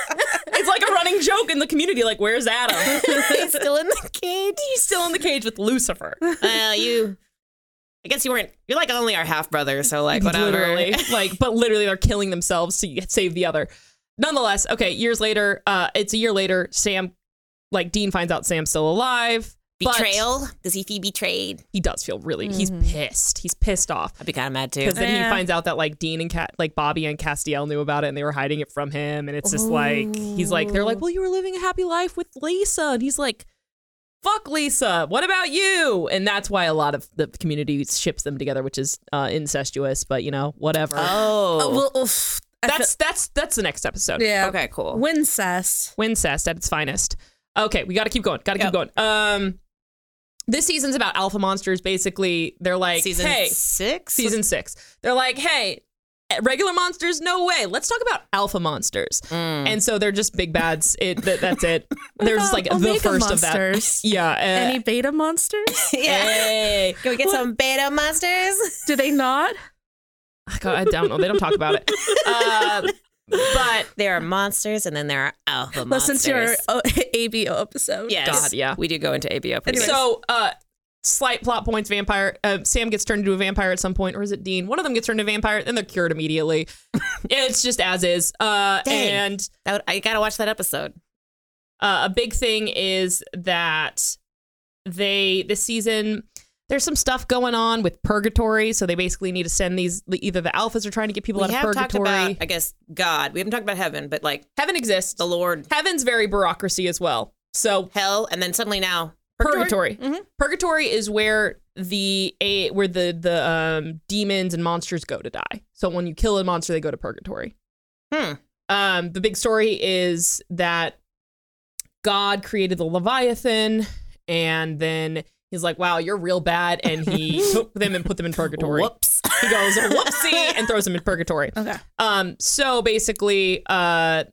It's like a running joke in the community like where's Adam? <laughs> He's <laughs> still in the cage. He's still in the cage with Lucifer. Well, you. I guess you weren't. You're like only our half brother, so like whatever. Literally. <laughs> Like but literally they're killing themselves to save the other. Nonetheless, okay, years later, uh it's a year later Sam like Dean finds out Sam's still alive. but Betrayal? Does he feel betrayed? He does feel really he's pissed. He's pissed off. I'd be kind of mad too. because then he Yeah. finds out that like Dean and Cat, like Bobby and Castiel knew about it and they were hiding it from him, and it's just like he's like they're like, well, you were living a happy life with Lisa, and he's like, fuck Lisa, what about you? And that's why a lot of the community ships them together, which is uh, incestuous, but you know whatever. Oh. Oh, well, oof. I that's that's that's the next episode. feel- yeah. okay, cool. Wincest. Wincest at its finest. Okay, we got to keep going. Got to keep going. Um, this season's about alpha monsters. Basically, they're like, season hey, six. <laughs> season six. They're like, hey, eh, regular monsters, no way. Let's talk about alpha monsters. Mm. And so they're just big bads. It that, that's <laughs> it. They're just like the Omega first monsters? <laughs> of that. Yeah. uh, Any beta <laughs> monsters? hey. Can we get some beta monsters? Do they <laughs> not? God, I don't know. They don't talk about <laughs> it. Uh, but <laughs> There are monsters, and then there are alpha Listen monsters. to your <laughs> uh, ABO episode. Yes. God, yeah. We do go into ABO. pretty soon. so uh slight plot points vampire uh, sam gets turned into a vampire at some point or is it dean one of them gets turned into a vampire and they're cured <laughs> immediately it's just as is uh Dang. and That would- I gotta watch that episode. uh, a big thing is that they this season there's some stuff going on with purgatory, so they basically need to send these either the alphas are trying to get people We out of have talked purgatory. about, I guess, God. We haven't talked about heaven, but like Heaven exists. the Lord, Heaven's very bureaucracy as well. So hell, and then suddenly now purgatory. Mm-hmm. Mhm. Purgatory is where the a where the the um demons and monsters go to die. So when you kill a monster, they go to purgatory. Hmm. Um, the big story is that God created the Leviathan, and then he's like, "Wow, you're real bad," and he took them and put them in purgatory. <coughs> Whoops. He goes, "Whoopsie," and throws them in <laughs> purgatory. Okay. Um, so basically, uh,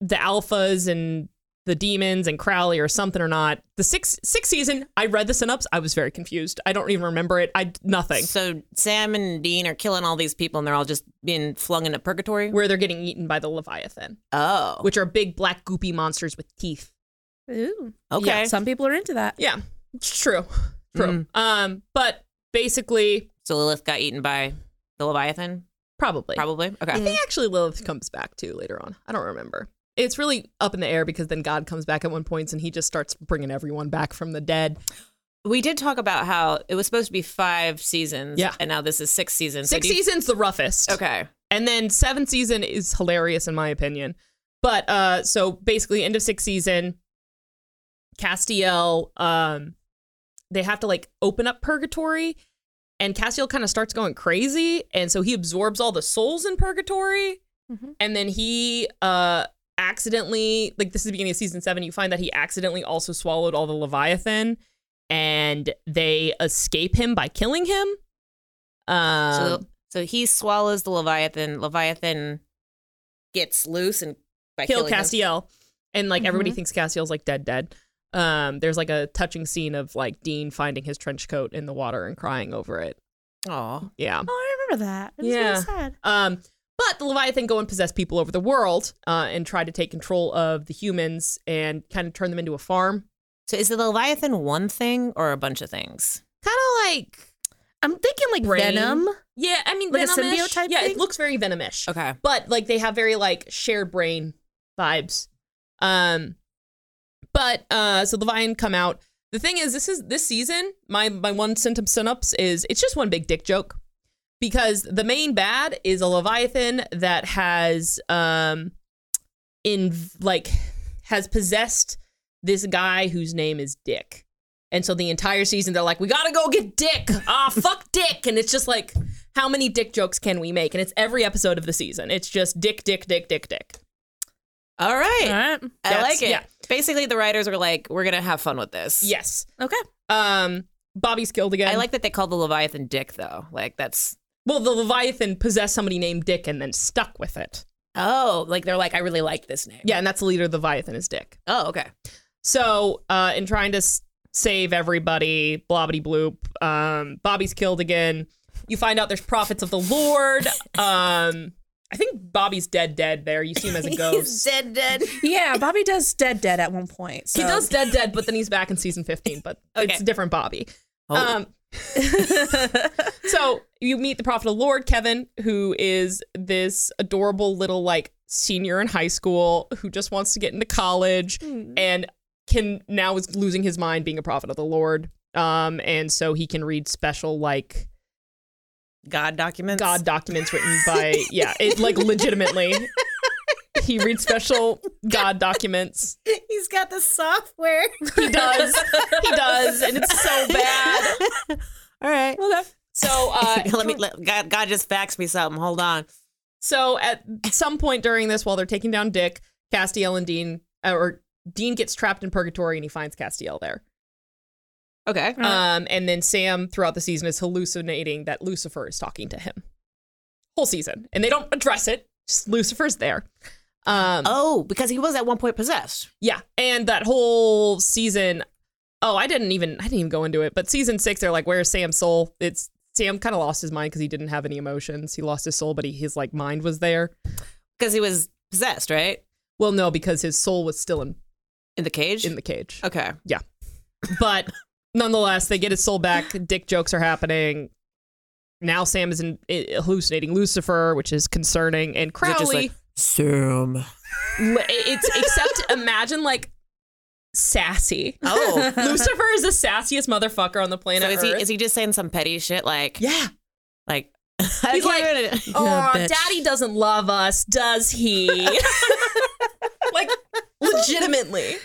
the alphas and the demons and Crowley or something or not. The sixth sixth season, I read the synopsis. I was very confused. I don't even remember it. I nothing. So Sam and Dean are killing all these people, and they're all just being flung into purgatory. Where they're getting eaten by the Leviathan, Oh, which are big black goopy monsters with teeth. Ooh. okay. yeah, Some people are into that. Yeah, it's true, true. Mm-hmm. Um, but basically, So Lilith got eaten by the Leviathan, probably, probably. I Okay. think actually Lilith comes back too later on. I don't remember. It's really up in the air because then God comes back at one point and he just starts bringing everyone back from the dead. We did talk about how it was supposed to be five seasons, Yeah. and now this is six seasons. So Six do you- seasons, the roughest. Okay. And then seventh season is hilarious in my opinion. But uh so basically end of sixth season, Castiel, um, they have to like open up purgatory, and Castiel kind of starts going crazy, and so he absorbs all the souls in purgatory, Mhm. and then he uh accidentally like this is the beginning of season seven, you find that he accidentally also swallowed all the Leviathan and they escape him by killing him. Um, so, so he swallows the Leviathan. Leviathan. gets loose and by kill killing him. Castiel. And like everybody Mhm. thinks Castiel's like dead, dead. Um, there's like a touching scene of like Dean finding his trench coat in the water and crying over it. Oh. Yeah. Oh, I remember that. It was Yeah. really sad. Um, but the Leviathan go and possess people over the world uh, and try to take control of the humans and kind of turn them into a farm. So is the Leviathan one thing or a bunch of things? Kind of like I'm thinking like Brain. Venom. yeah, I mean Like a venomish. symbiote type Yeah, it thing? looks very venomish. Okay. but like they have very like shared brain vibes um but uh so leviathan come out the thing is this is this season my my one symptom synopsis is it's just one big dick joke because the main bad is a leviathan that has um in like has possessed this guy whose name is dick and so the entire season they're like we gotta go get dick ah <laughs> fuck dick and it's just like how many dick jokes can we make and it's every episode of the season it's just dick dick dick dick dick All right. All right. I That's- like it. yeah. Basically, the writers were like, "We're gonna have fun with this." yes Okay. um bobby's killed again I like that they called the Leviathan Dick, though. Like that's well the leviathan possessed somebody named dick and then stuck with it oh, like they're like, I really like this name. yeah and that's the leader of the leviathan is dick Oh, okay. So, uh, in trying to s- save everybody, blobbity bloop, um, Bobby's killed again. You find out there's prophets of the <laughs> Lord. Um, I think Bobby's dead, dead there. You see him <laughs> as a He's ghost. dead, dead. Yeah, Bobby does dead dead at one point. he so- does dead, dead, but then he's back in season 15, but it's Okay. a different Bobby. Oh. Um, <laughs> so you meet the prophet of the Lord, Kevin, who is this adorable little like senior in high school who just wants to get into college Hmm. and can now is losing his mind being a prophet of the Lord. Um, and so he can read special like God documents. God documents written by yeah, it like legitimately. He reads special God documents. He's got the software. He <laughs> does. He does, and it's so bad. All right. So uh, <laughs> let me. Let, God, God just faxed me something. Hold on. So at some point during this, while they're taking down Dick, Castiel and Dean, uh, or Dean gets trapped in purgatory and he finds Castiel there. Okay. Um, and then Sam throughout the season is hallucinating that Lucifer is talking to him. Whole season. And they don't address it. Just Lucifer's there. Um, Oh, because he was at one point possessed. yeah. And that whole season, oh, I didn't even, I didn't even go into it, but season six, they're like, where's Sam's soul? It's, Sam kind of lost his mind because he didn't have any emotions. He lost his soul, but he, his like mind was there. Because he was possessed, right? Well, no, because his soul was still in In the cage. in the cage. okay. But nonetheless, they get his soul back. Dick jokes are happening. Now Sam is in, i- hallucinating Lucifer, which is concerning. And Is it just Crowley, like, Sam. li- it's except imagine like <laughs> sassy. <laughs> Oh. Lucifer is the sassiest motherfucker on the planet. so is he Earth. is he just saying some petty shit like yeah. like <laughs> He's like, oh, Yeah, bitch." daddy doesn't love us, does <laughs> he? like, legitimately.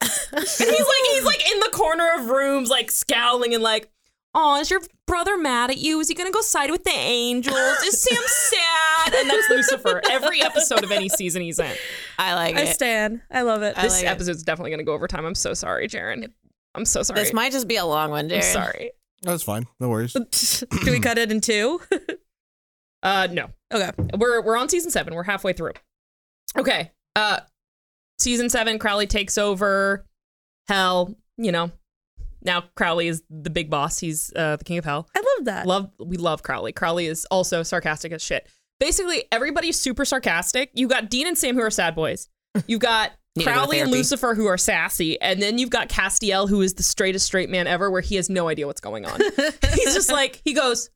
and he's like, he's like in the corner of rooms, like scowling and like, oh, is your brother mad at you? Is he gonna go side with the angels? Is <laughs> Sam sad? And that's Lucifer. Every episode of any season he's in. I like <laughs> I it. stand. I love it. I This like it. episode's definitely gonna go over time. I'm so sorry, Jaren. I'm so sorry. This might just be a long one, I'm Jared. sorry. That's fine. No <laughs> worries. Do we cut it in two? <laughs> Uh, no. okay. We're we're on season seven. We're halfway through. Okay. Uh season seven, Crowley takes over hell, you know. Now Crowley is the big boss. He's uh the king of hell. I love that. Love we love Crowley. Crowley is also sarcastic as shit. Basically, everybody's super sarcastic. You got Dean and Sam who are sad boys. You've got Need to go to Crowley and therapy. Lucifer who are sassy, and then you've got Castiel who is the straightest straight man ever, where he has no idea what's going <laughs> on. He's just like he goes,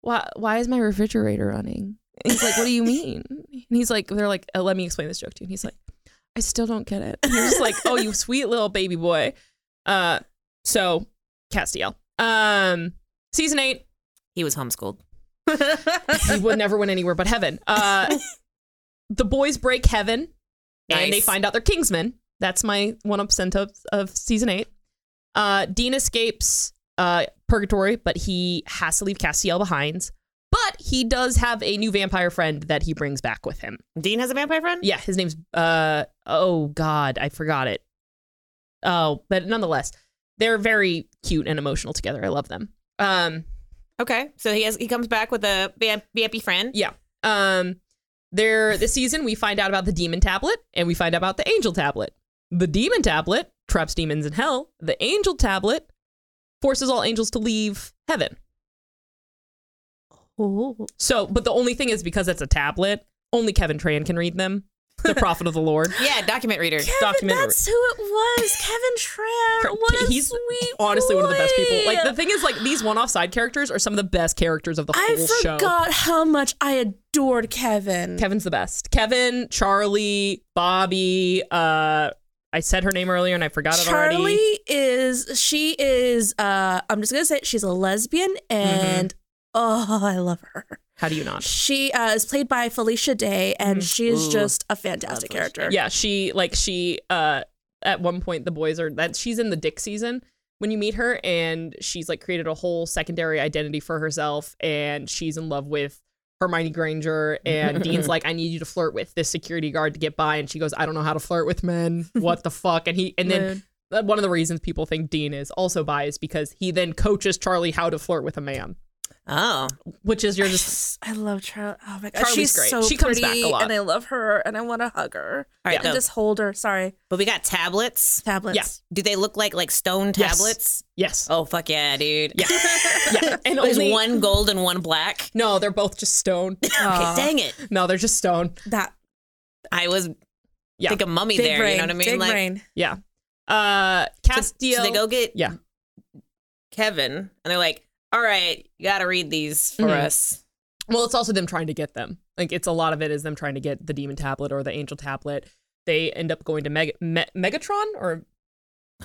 "Why? Why is my refrigerator running?" And he's like, "What do you mean?" And he's like, "They're like, uh, let me explain this joke to you." And he's like, "I still don't get it." And you're just like, <laughs> "Oh, you sweet little baby boy." Uh, so Castiel, um, season eight, He was homeschooled. he would never win anywhere but heaven. <laughs> Uh, the boys break heaven, Nice. and they find out they're Kingsmen. That's my one percent of of season eight. Uh, Dean escapes uh, purgatory, but he has to leave Castiel behind. But he does have a new vampire friend that he brings back with him. Dean has a vampire friend? Yeah, his name's uh oh god, I forgot it. Oh, but nonetheless, they're very cute and emotional together. I love them. Um, Okay. So he has he comes back with a vamp, vampy friend. Yeah. Um there this season we find out about the demon tablet and we find out about the angel tablet. The demon tablet traps demons in hell. The angel tablet forces all angels to leave heaven. So, but the only thing is because it's a tablet, only Kevin Tran can read them. <laughs> The prophet of the Lord. Yeah, document reader. documentary. That's who it was, Kevin Tran. What a He's sweet honestly one of the best people. boy. Like the thing is, like these one-off side characters are some of the best characters of the I whole show. forgot how much I adored Kevin. Kevin's the best. Kevin, Charlie, Bobby. Uh, I said her name earlier and I forgot it Charlie already. is she is uh I'm just gonna say it, she's a lesbian Mm-hmm. and oh I love her. How do you not? She uh, is played by Felicia Day Mm-hmm. and she is Ooh. just a fantastic character. Yeah, she like she uh at one point the boys are that she's in the dick season when you meet her and she's like created a whole secondary identity for herself and she's in love with Hermione Granger and Dean's like I need you to flirt with this security guard to get by and she goes I don't know how to flirt with men. What the fuck? And he and then Rude. uh, one of the reasons people think Dean is also biased because he then coaches Charlie how to flirt with a man. Oh. which is you're just I love Charlie. Oh my god, Charlie's she's great. so She comes back a pretty, lot. and I love her, and I want to hug her All right, and though. just hold her. Sorry, but we got tablets. tablets. Yeah. Do they look like like stone Yes. tablets? <laughs> yes, Oh fuck yeah, dude. <laughs> yeah, yeah. And There's only one gold and one black. No, they're both just stone. Aw, Okay, dang it. No, they're just stone. that I was Yeah. like a mummy big there, brain, you know what I mean? big like brain. Yeah. Uh, Castiel. So they go get Yeah. Kevin and they're like, All right, you gotta read these for Mhm. us. Well, it's also them trying to get them. Like it's a lot of it is them trying to get the demon tablet or the angel tablet. They end up going to Meg- Me- Megatron or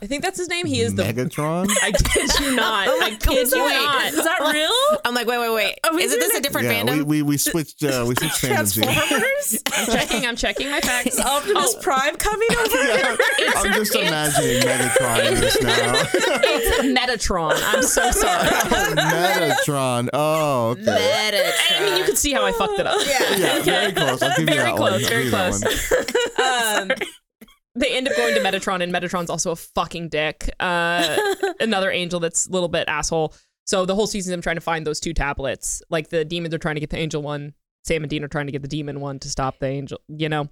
I think that's his name. He is the. Megatron. <laughs> I kid you not. Oh my I Oh. kid God. you <laughs> Wait. not. <laughs> Is that real? I'm like, wait, wait, wait. Are we Isn't doing this a it- different yeah, fandom? we, we we switched uh, we switched fandoms. here. <laughs> <laughs> Transformers? I'm checking. I'm checking my facts. Is <laughs> Oh. Optimus Prime coming <laughs> over? I'm just imagining Megatron in this now. <laughs> It's Metatron. I'm so sorry. <laughs> Metatron. Oh, okay. Metatron. I mean, you could see how I fucked it up. <laughs> Yeah. Yeah, very close. I'll give you Very that close, one. I'll very give you that close. <laughs> one. um, they end up going to Metatron, and Metatron's also a fucking dick. <laughs> Uh, another angel that's a little bit asshole. So the whole season, I'm trying to find those two tablets. Like the demons are trying to get the angel one. Sam and Dean are trying to get the demon one to stop the angel. You know,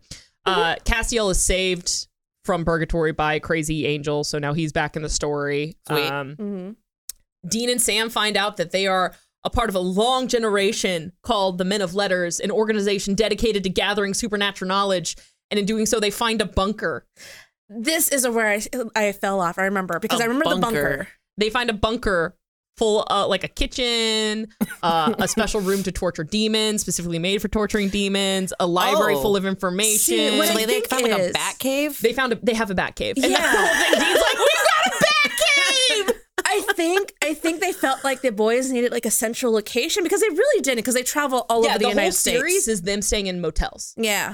uh, Mm-hmm. Castiel is saved from purgatory by a crazy angel, so now he's back in the story. Sweet. Um, Mhm. Dean and Sam find out that they are a part of a long generation called the Men of Letters, an organization dedicated to gathering supernatural knowledge. And in doing so, they find a bunker. This is where I, I fell off. I remember because A I remember the bunker. bunker. They find a bunker full uh, like a kitchen, uh, a special room to torture demons, specifically made for torturing demons, a library Oh. full of information. See, what So I they like, think found like a is- bat cave. they found a, they have a bat cave. And that's the Yeah. whole thing. Dean's like, we got a bat cave. <laughs> I think I think they felt like the boys needed like a central location because they really didn't because they travel all yeah, over the, the, whole United States. series is them staying in motels. Yeah.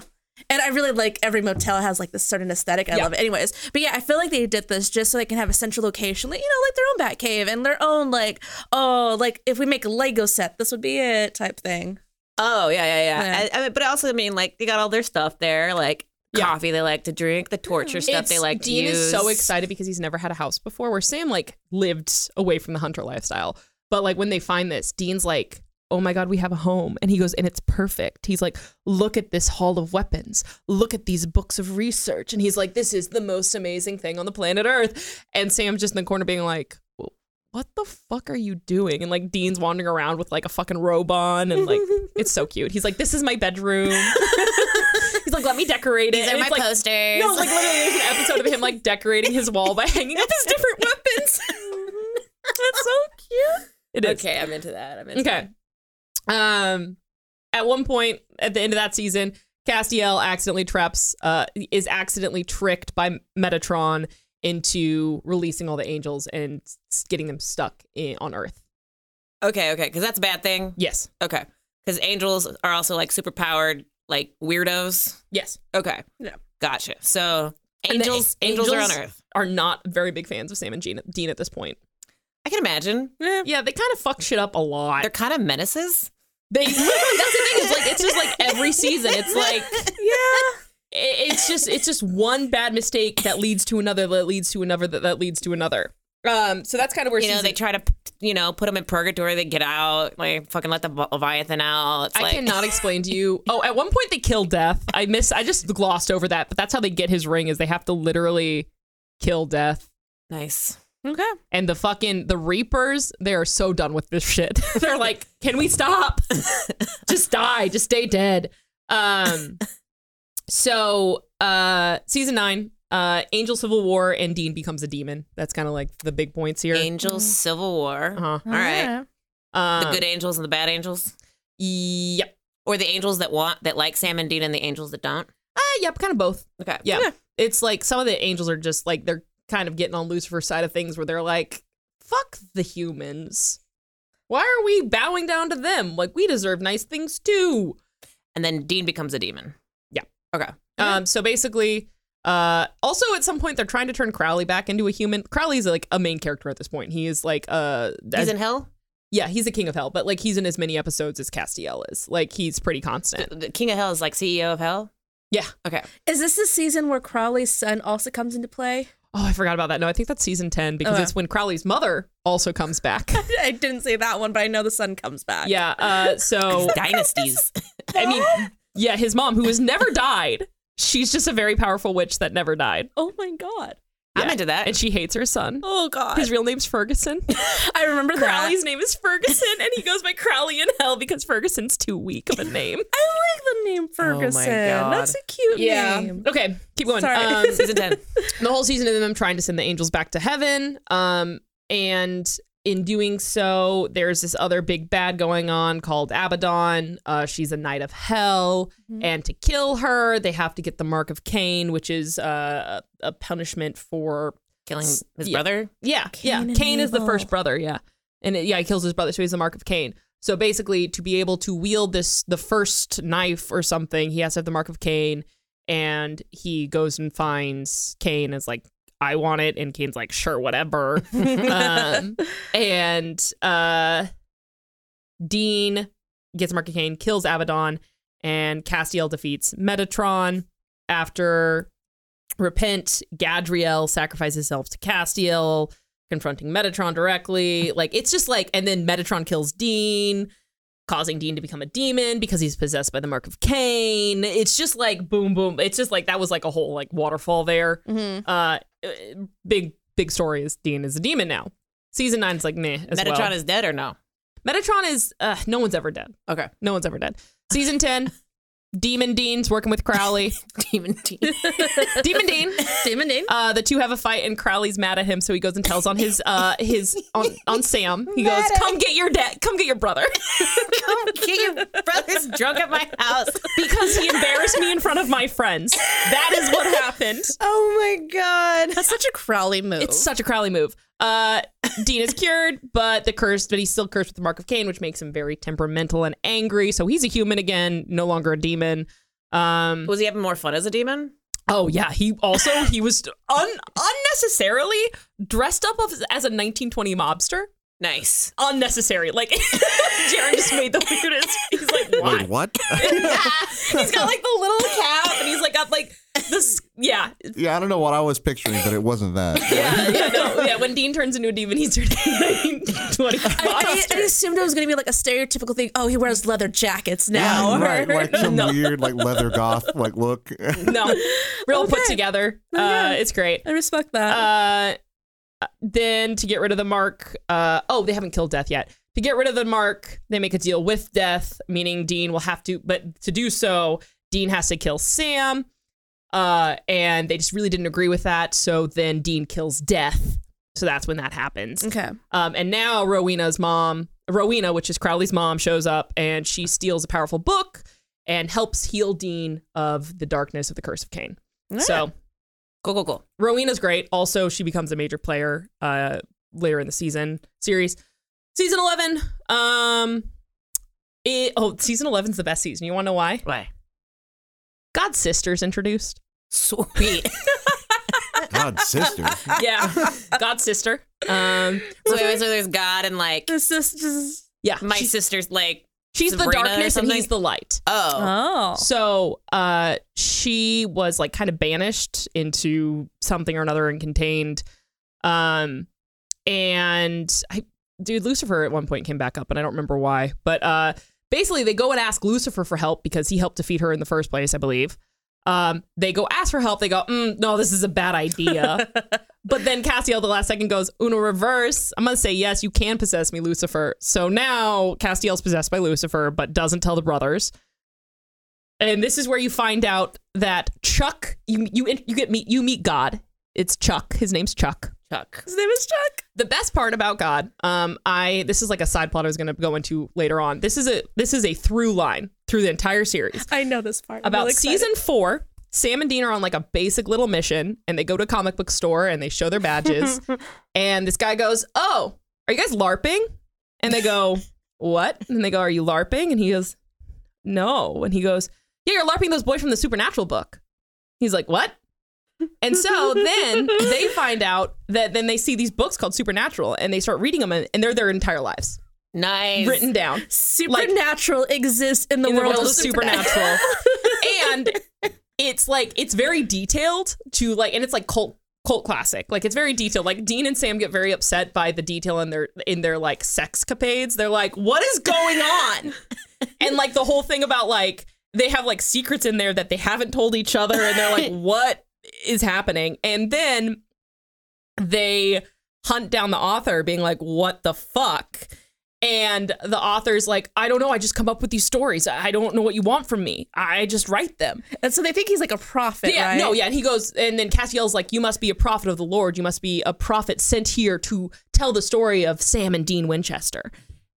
And I really like every motel has like this certain aesthetic. I Yeah. love it. Anyways, but yeah, I feel like they did this just so they can have a central location, like, you know, like their own bat cave and their own like, oh, like if we make a Lego set, this would be it type thing. Oh yeah, yeah, yeah. Yeah. I, I mean, but I also, I mean, like they got all their stuff there, like Yeah. coffee they like to drink, the torture stuff they It's- like to Dean is so use. excited because he's never had a house before where Sam like lived away from the hunter lifestyle. But like when they find this, Dean's like, "Oh my god, we have a home." And he goes, "And it's perfect." He's like, "Look at this hall of weapons. Look at these books of research." And he's like, "This is the most amazing thing on the planet Earth." And Sam just in the corner being like, "What the fuck are you doing?" And like Dean's wandering around with like a fucking robe on and <laughs> like it's so cute. He's like, "This is my bedroom." he's like, "Let me decorate it." These And are my it's like, posters. no, like literally, there's an <laughs> episode of him <laughs> like decorating his wall by hanging up his <laughs> different weapons. That's so cute. It is Okay, I'm into that. I'm into okay. Um, at one point at the end of that season, Castiel accidentally traps, uh, is accidentally tricked by Metatron into releasing all the angels and s- getting them stuck in, on Earth. okay, okay, because that's a bad thing. Yes. Okay, because angels are also like super powered, like weirdos. Yes. Okay, Yeah. gotcha. So And the angels, angels, are on angels- Earth. Are not very big fans of Sam and Gene, Dean at this point. I can imagine. Yeah, they kind of fuck shit up a lot. They're kind of menaces. They literally, that's the thing. Is like it's just like every season. It's like <laughs> yeah. it's just it's just one bad mistake that leads to another that leads to another that, that leads to another. Um, so that's kind of where You know, season- they try to, you know, put them in purgatory. They get out. Like fucking let the Leviathan out. It's I like, cannot explain to you. Oh, at one point they kill Death. I miss. I just glossed over that, but that's how they get his ring. Is they have to literally kill Death. Nice. Okay. And the fucking the Reapers, they are so done with this shit. <laughs> They're like, can we <laughs> stop? just die. Just stay dead. Um so uh season nine, uh Angel Civil War and Dean becomes a demon. That's kind of like the big points here. Angels, Civil War. uh-huh. All right. Um, the good angels and the bad angels, Yep. or the angels that want that like Sam and Dean, and the angels that don't. Uh yep, kind of both. Okay. Yeah. It's like some of the angels are just like they're kind of getting on Lucifer's side of things where they're like, fuck the humans. Why are we bowing down to them? Like we deserve nice things too. And then Dean becomes a demon. Um, so basically, uh, also at some point they're trying to turn Crowley back into a human. Crowley's like a main character at this point. He is like uh, He's as- in hell. yeah, he's the king of hell, but like he's in as many episodes as Castiel is. Like he's pretty constant. The King of Hell is like CEO of Hell. Yeah. Okay. Is this the season where Crowley's son also comes into play? <laughs> Oh, I forgot about that. No, I think that's season ten because Okay. it's when Crowley's mother also comes <laughs> back. I didn't say that one, but I know the son comes back. yeah. Uh, Oh. so <laughs> Dynasties. I mean, yeah, his mom who has never died. She's just a very powerful witch that never died, Oh my god. I'm Yeah. into that. and she hates her son. Oh god. His real name's Ferguson. I remember Crowley's name is Ferguson, and he goes by Crowley in hell because Ferguson's too weak of a <laughs> name. that. I like the name Ferguson. God. That's a cute name. Okay, keep going. Sorry. Um, Season ten. <laughs> the whole season of them trying to send the angels back to heaven. Um, and in doing so, there's this other big bad going on called Abaddon. Uh, she's a knight of hell, and to kill her, they have to get the mark of Cain, which is uh, a punishment for Killing his Yeah. brother. yeah, Cain yeah. and Cain is the Abel. first brother, yeah. And it, yeah, he kills his brother, so he's the mark of Cain. So basically, to be able to wield this the first knife or something, he has to have the mark of Cain. And he goes and finds Cain is like, I want it, and Cain's like, sure, <laughs> whatever. um, and uh, Dean gets Mark of Cain, kills Abaddon, and Castiel defeats Metatron. After Repent, Gadriel sacrifices himself to Castiel, confronting Metatron directly. Like it's just like, and then Metatron kills Dean, causing Dean to become a demon because he's possessed by the mark of Cain. It's just like boom, boom. It's just like that was like a whole like waterfall there. <laughs> Mhm. Uh, uh, big big story is Dean is a demon now. Season nine's like meh. As Metatron well. is dead <laughs> or no? Metatron is uh, no one's ever dead. Okay. <laughs> No one's ever dead. Season 10, Demon Dean's working with Crowley. Demon Dean. Demon Dean. <laughs> Demon name. Uh, the two have a fight, and Crowley's mad at him, so he goes and tells on his uh his on, on Sam. He goes, "Come get your dad. Come get your brother," Come get your <laughs> brothers drunk at my <laughs> house. because he embarrassed me in front of my friends. That is what happened. Oh my god. That's such a Crowley move. It's such a Crowley move. Uh, Dean is cured, but the curse, but he's still cursed with the mark of Cain, which makes him very temperamental and angry. So he's a human again, no longer a demon. Um, Mm. Was he having more fun as a demon? oh yeah, he also he was un- unnecessarily dressed up of- as a 1920 mobster. Nice. Unnecessary. Like <laughs> Jaren just made the weirdest. He's like, why? <laughs> Wait, what? <laughs> he's got like the little cap, and he's like got like this. Yeah, yeah, I don't know what I was picturing, but it wasn't that. yeah, yeah, no, yeah. When Dean turns into a demon, he's turning <laughs> into a 1920 I, mobster. I assumed it was going to be like a stereotypical thing. Oh, he wears leather jackets now. Yeah, <laughs> or- <laughs> right, like some weird like leather goth like look. No, real put Okay. together. Yeah. Uh, it's great. I respect that. Uh, then to get rid of the mark, uh, oh, they haven't killed Death yet. To get rid of the mark, they make a deal with Death, meaning Dean will have to, but to do so, Dean has to kill Sam. Uh, and they just really didn't agree with that. So then Dean kills Death. So that's when that happens. okay. Um, and now Rowena's mom, Rowena, which is Crowley's mom, shows up and she steals a powerful book and helps heal Dean of the darkness of the curse of Cain. So Go, go, go. Rowena's great. Also, she becomes a major player uh, later in the season series. Season 11. Um, it, oh, season 11's the best season. You want to know why? Why? God's Sister's <laughs> introduced. Sweet. God, sister. Yeah. God's Sister. Um, <laughs> so, wait, wait, so there's God and like This is just. yeah. my she's, sister's like, she's the Sabrina or darkness and something? he's the light. oh. Oh. So uh, she was like kind of banished into something or another and contained. Um, and I, dude, Lucifer at one point came back up, and I don't remember why. But uh, basically, they go and ask Lucifer for help because he helped defeat her in the first place, I believe. Um, they go ask for help. They go, mm, no, this is a bad idea. but then Castiel, the last second, goes, Uno reverse. I'm going to say, yes, you can possess me, Lucifer. So now Castiel's possessed by Lucifer, but doesn't tell the brothers and this is where you find out that Chuck you you you get meet you meet God. It's Chuck. His name's Chuck. Chuck. His name is Chuck. The best part about God, um, I this is like a side plot I was going to go into later on. This is a this is a through line through the entire series. I know this part. I'm About really excited. season four, Sam and Dean are on like a basic little mission, and they go to a comic book store and they show their <laughs> badges, and this guy goes, "Oh, are you guys larping?" And they <laughs> go, "What?" And they go, "Are you larping?" And he goes, "No." And he goes, "Yeah, you're larping those boys from the Supernatural book." He's like, "What?" And so then <laughs> they find out that then they see these books called Supernatural, and they start reading them, and and they're their entire lives Nice. written down Supernatural exists in the, in world, the world of of supernatural. <laughs> and it's like it's very detailed to like and it's like cult cult classic. Like it's very detailed. Like Dean and Sam get very upset by the detail in their in their like sex capades. They're like, what is going on? <laughs> and like the whole thing about like they have like secrets in there that they haven't told each other and they're <laughs> like, what is happening? And then they hunt down the author being like what the fuck and the author's like i don't know i just come up with these stories i don't know what you want from me i just write them And so they think he's like a prophet, yeah right? no yeah and he goes and then castiel's like you must be a prophet of the lord you must be a prophet sent here to tell the story of sam and dean winchester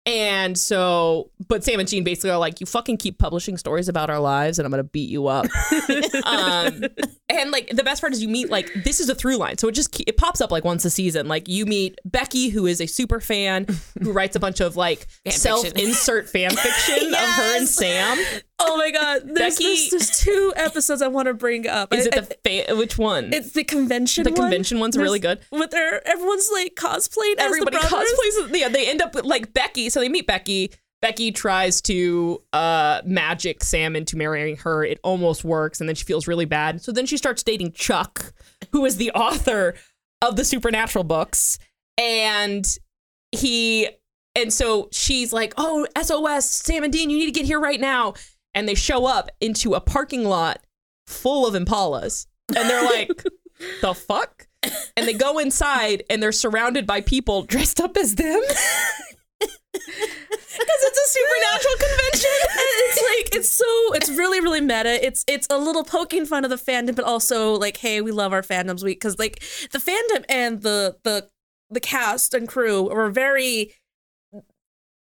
and so but sam and dean basically are like you fucking keep publishing stories about our lives and i'm gonna beat you <laughs> up um, and like the best part is you meet like this is a through line, so it just ke- it pops up like once a season. Like you meet Becky, who is a super fan, who writes a bunch of like fiction. self-insert fan fiction of her and Sam. Oh my god. There's, Becky- there's, there's two episodes I want to bring up. Is I- I- it the fa- which one? it's the convention. The one. convention one's really There's- With their everyone's like cosplayed. as the Everybody brothers. cosplays. Yeah, they end up with like Becky. So they meet Becky. Becky tries to uh, magic Sam into marrying her. It almost works, and then she feels really bad. So then she starts dating Chuck, who is the author of the supernatural books, and he and so she's like, "Oh, SOS, Sam and Dean, you need to get here right now." And they show up into a parking lot full of impalas, and they're <laughs> like, "The fuck." and they go inside and they're surrounded by people dressed up as them. it's a supernatural convention. <laughs> it's like it's so it's really really meta. It's it's a little poking fun of the fandom, but also like, hey, we love our fandoms week because like the fandom and the the the cast and crew were very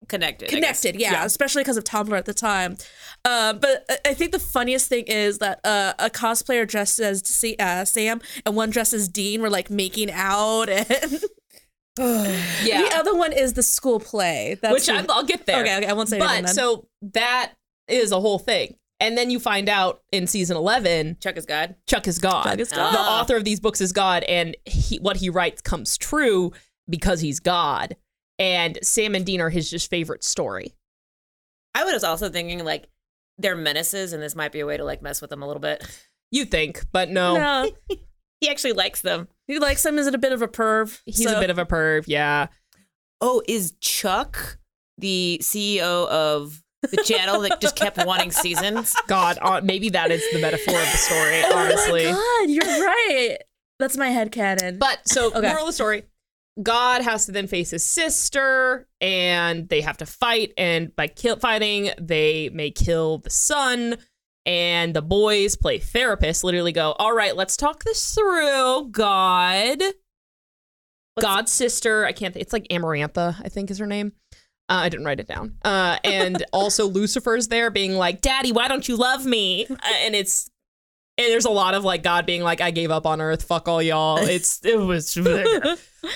Connected. I guess. connected yeah, especially because of tumblr at the time uh, but I- i think the funniest thing is that uh, a cosplayer dressed as C- uh, sam and one dressed as dean were like making out <laughs> and <laughs> Yeah. <laughs> the other one is the school play that's Which who- I, I'll get there. okay okay i won't say anything But then. so that is a whole thing. And then you find out in season 11, Chuck is God. Chuck is God. Chuck is God. The Ah. author of these books is God, and he, what he writes comes true because he's God. And Sam and Dean are his just favorite story. I was also thinking like they're menaces, and this might be a way to like mess with them a little bit. You think, but no, no He actually likes them. he likes him is it a bit of a perv he's a bit of a perv. Yeah, Oh, is Chuck the CEO of the channel that just <laughs> kept wanting seasons? God, uh, maybe that is the metaphor of the story, honestly. <laughs> oh my god you're right that's my head cannon But so, Okay. moral of the story: God has to then face his sister, and they have to fight. And by kill- fighting, they may kill the son. And the boys play therapist. Literally, go. All right, let's talk this through. God, God's sister. I can't. Think, it's like Amarantha. I think is her name. Uh, I didn't write it down. Uh, and also Lucifer's there, being like, "Daddy, why don't you love me?" Uh, and it's and there's a lot of like God being like, "I gave up on Earth. Fuck all <laughs> y'all." It's it was,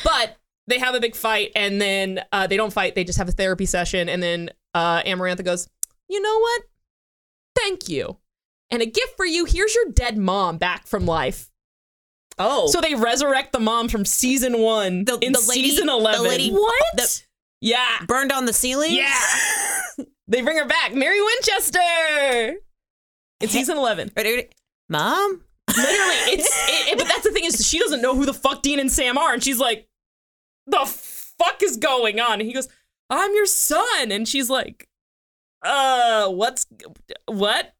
but they have a big fight, and then uh, they don't fight. They just have a therapy session, and then uh, Amarantha goes, "You know what? Thank you, and a gift for you. Here's your dead mom back from life." Oh, So they resurrect the mom from season one The- in the lady- season the eleven. lady- what? the- yeah. burned on the ceiling. Yeah. <laughs> they bring her back. Mary Winchester. In season 11. Mom. Literally, it's it, it- but that's the thing is she doesn't know who the fuck Dean and Sam are and she's like the fuck is going on? And he goes, "I'm your son." And she's like, "Uh, what's what?"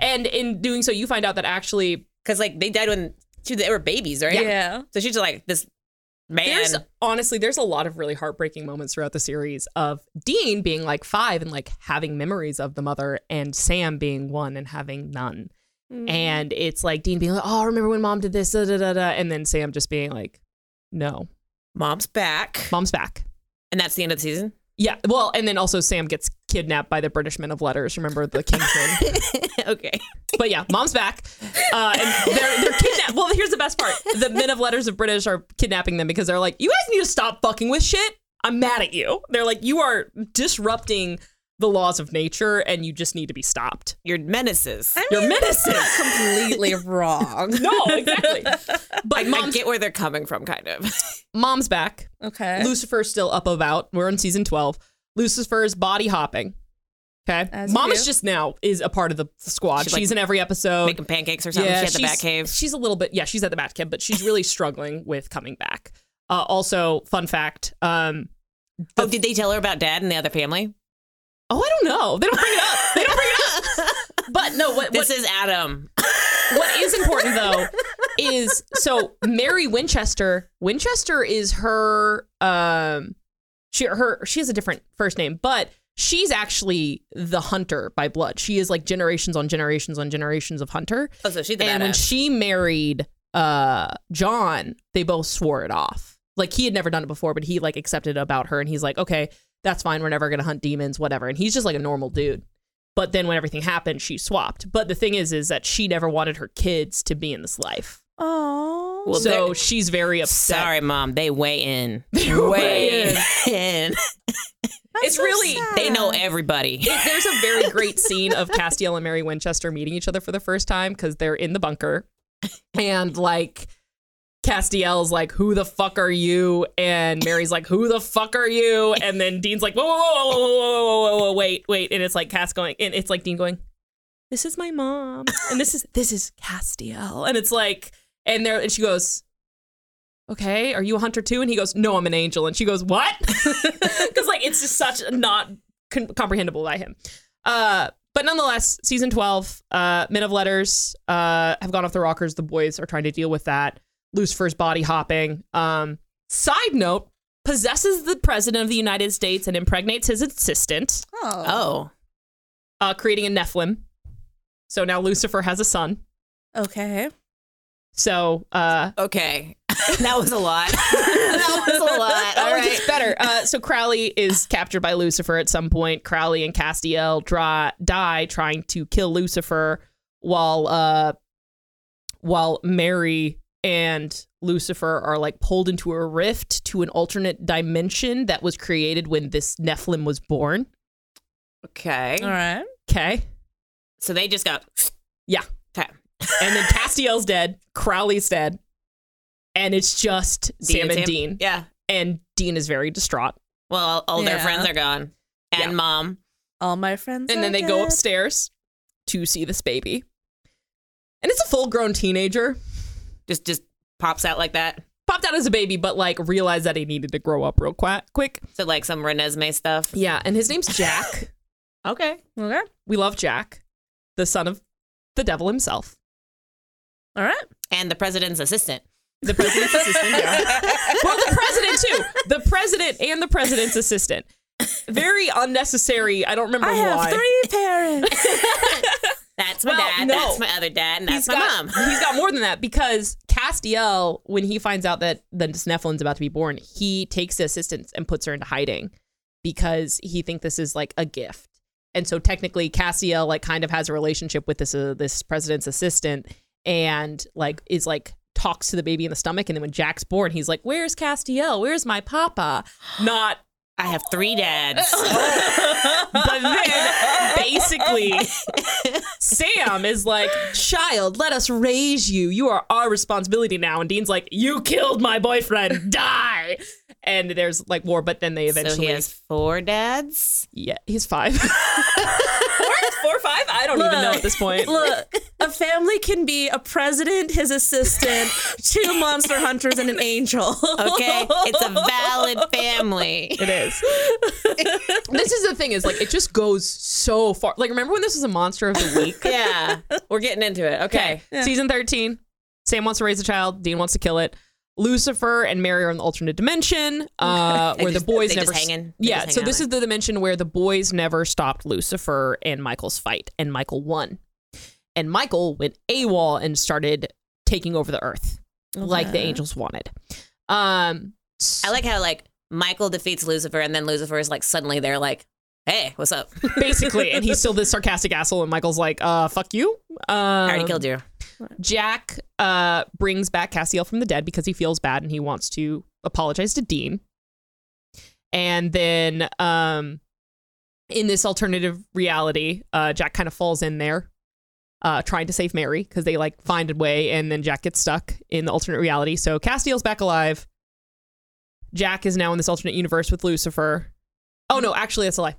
And in doing so, you find out that actually Because like they died when shoot, they were babies, right? yeah So she's like this man. There's honestly, there's a lot of really heartbreaking moments throughout the series of Dean being like five and like having memories of the mother, and Sam being one and having none. And it's like Dean being like, "Oh, remember when mom did this?" Da, da, da, da. And then Sam just being like, "No, Mom's back, mom's back." and that's the end of the season. Yeah. Well, and then also Sam gets kidnapped by the British men of letters. Remember the Kingsman? <laughs> <laughs> okay. but yeah, mom's back. Uh, and they're they're kidnapped. Well, here's the best part: the men of letters of British are kidnapping them because they're like, "You guys need to stop fucking with shit. I'm mad at you." They're like, "You are disrupting the laws of nature, and you just need to be stopped. You're menaces. You're <laughs> menacing." completely wrong <laughs> no, exactly. <laughs> I, But I mom's, get where they're coming from, kind of. mom's back. <laughs> okay Lucifer's still up about. We're in season twelve. Lucifer's body hopping. Okay, As mom you is do. just now is a part of the squad. She's She's, like in every episode. Making pancakes or something. she had the she's- bat cave. She's a little bit, yeah, she's at the Batcave, but she's really struggling with coming back. Uh, also, fun fact. Um, oh, did they tell her about dad and the other family? oh, I don't know. They don't bring it up. They don't bring it <laughs> up. But no, what This what, is Adam. what is important though is so Mary Winchester. Winchester is her. Um, she her she has a different first name, but she's actually the hunter by blood. She is like generations on generations on generations of hunter. Oh, so she's the and when badass. she married uh John, they both swore it off. Like he had never done it before, but he like accepted about her and he's like, "Okay, that's fine. We're never going to hunt demons, whatever." And he's just like a normal dude. But then when everything happened, she swapped. But the thing is is that she never wanted her kids to be in this life. oh Well, so they're- she's very upset. Sorry, mom. <laughs> They weigh in. <laughs> Way in. <laughs> in. It's really they know everybody. it- there's a very great scene of Castiel and Mary Winchester meeting each other for the first time because they're in the bunker. And like Castiel's like, Who the fuck are you? And Mary's like, Who the fuck are you? And then Dean's like, Whoa, whoa, whoa, whoa, whoa, whoa, whoa, whoa, wait, wait. And it's like Cass going, and it's like Dean going, This is my mom. And this is this is Castiel. And it's like, and there and she goes, Okay, are you a hunter too? And he goes, No, I'm an angel. And she goes, What? <laughs> Because like it's just such not con- comprehensible by him. Uh, but nonetheless, season 12, uh, Men of Letters uh, have gone off the rockers. The boys are trying to deal with that. Lucifer's body hopping. Um, side note, possesses the president of the United States and impregnates his assistant, Oh. Oh. uh, creating a Nephilim. So now Lucifer has a son. Oh. Okay. So uh, Okay. <laughs> that was a lot. <laughs> that was a lot. All oh, it right. gets <laughs> better. Uh, so Crowley is captured by Lucifer at some point. Crowley and Castiel dry, die trying to kill Lucifer, while uh, while Mary and Lucifer are like pulled into a rift to an alternate dimension that was created when this Nephilim was born. Okay. All right. Okay, So they just go. Yeah. Okay. <laughs> and then Castiel's dead, Crowley's dead, and it's just Dean Sam and Dean. Yeah. And Dean is very distraught. Well, all, all their Yeah. friends are gone, and Yeah. mom. All my <laughs> friends. and then are they go dead. upstairs to see this baby. And it's a full grown teenager. just just pops out like that. Popped out as a baby, but like realized that he needed to grow up real qui- quick. So like some Renesmee stuff. Yeah. And his name's <laughs> Jack. Okay. Okay. we love Jack, the son of the devil himself. All right. And the president's assistant. The president's assistant, <laughs> yeah. Well, the president too. The president and the president's assistant. Very unnecessary. I don't remember I why. have three <laughs> parents. That's my Well, dad. no. That's my other dad. And that's He's my got, <laughs> mom. he's got more than that because Castiel, when he finds out that the Nephilim's about to be born, he takes the assistance and puts her into hiding because he thinks this is like a gift. And so technically, Castiel like kind of has a relationship with this uh, this president's assistant and like is like talks to the baby in the stomach. And then when Jack's born, he's like, "Where's Castiel? Where's my papa?" <gasps> Not I have three <laughs> dads. but <laughs> then basically, Sam is like, Child, let us raise you. You are our responsibility now. And Dean's like, You killed my <laughs> boyfriend. Die. And there's like war, but then they so eventually. he has four dads. yeah, he's <laughs> five. four, four, five? I don't even know at this point. Look, a family can be a president, his assistant, two monster hunters, and an angel. Okay. it's a <laughs> valid family. It is. <laughs> this is the thing is like, it just goes so far. Like, remember when this was a monster of the week? Yeah. We're getting into it. Okay. Okay. Season 13. Sam wants to raise a child. Dean wants to kill it. Lucifer and Mary are in the alternate <laughs> dimension uh, They where just- the boys they never. just hanging. They Yeah. just so hanging this out. is the dimension where the boys never stopped Lucifer and Michael's fight, and Michael won. And Michael went AWOL and started taking over the earth like the angels wanted. Um, <laughs> I like how like Michael defeats Lucifer and then Lucifer is like suddenly they're like, Hey, what's up? basically, and he's still this sarcastic asshole, and Michael's like, uh, fuck you. Um, I already killed you. Jack uh, brings back Cassiel from the dead because he feels bad and he wants to apologize to Dean. And then um, in this alternative reality, uh, Jack kind of falls in there uh, trying to save Mary because they like find a way and then Jack gets stuck in the alternate reality. So Castiel's back alive. Jack is now in this alternate universe with Lucifer. Oh, no, actually, that's a lie.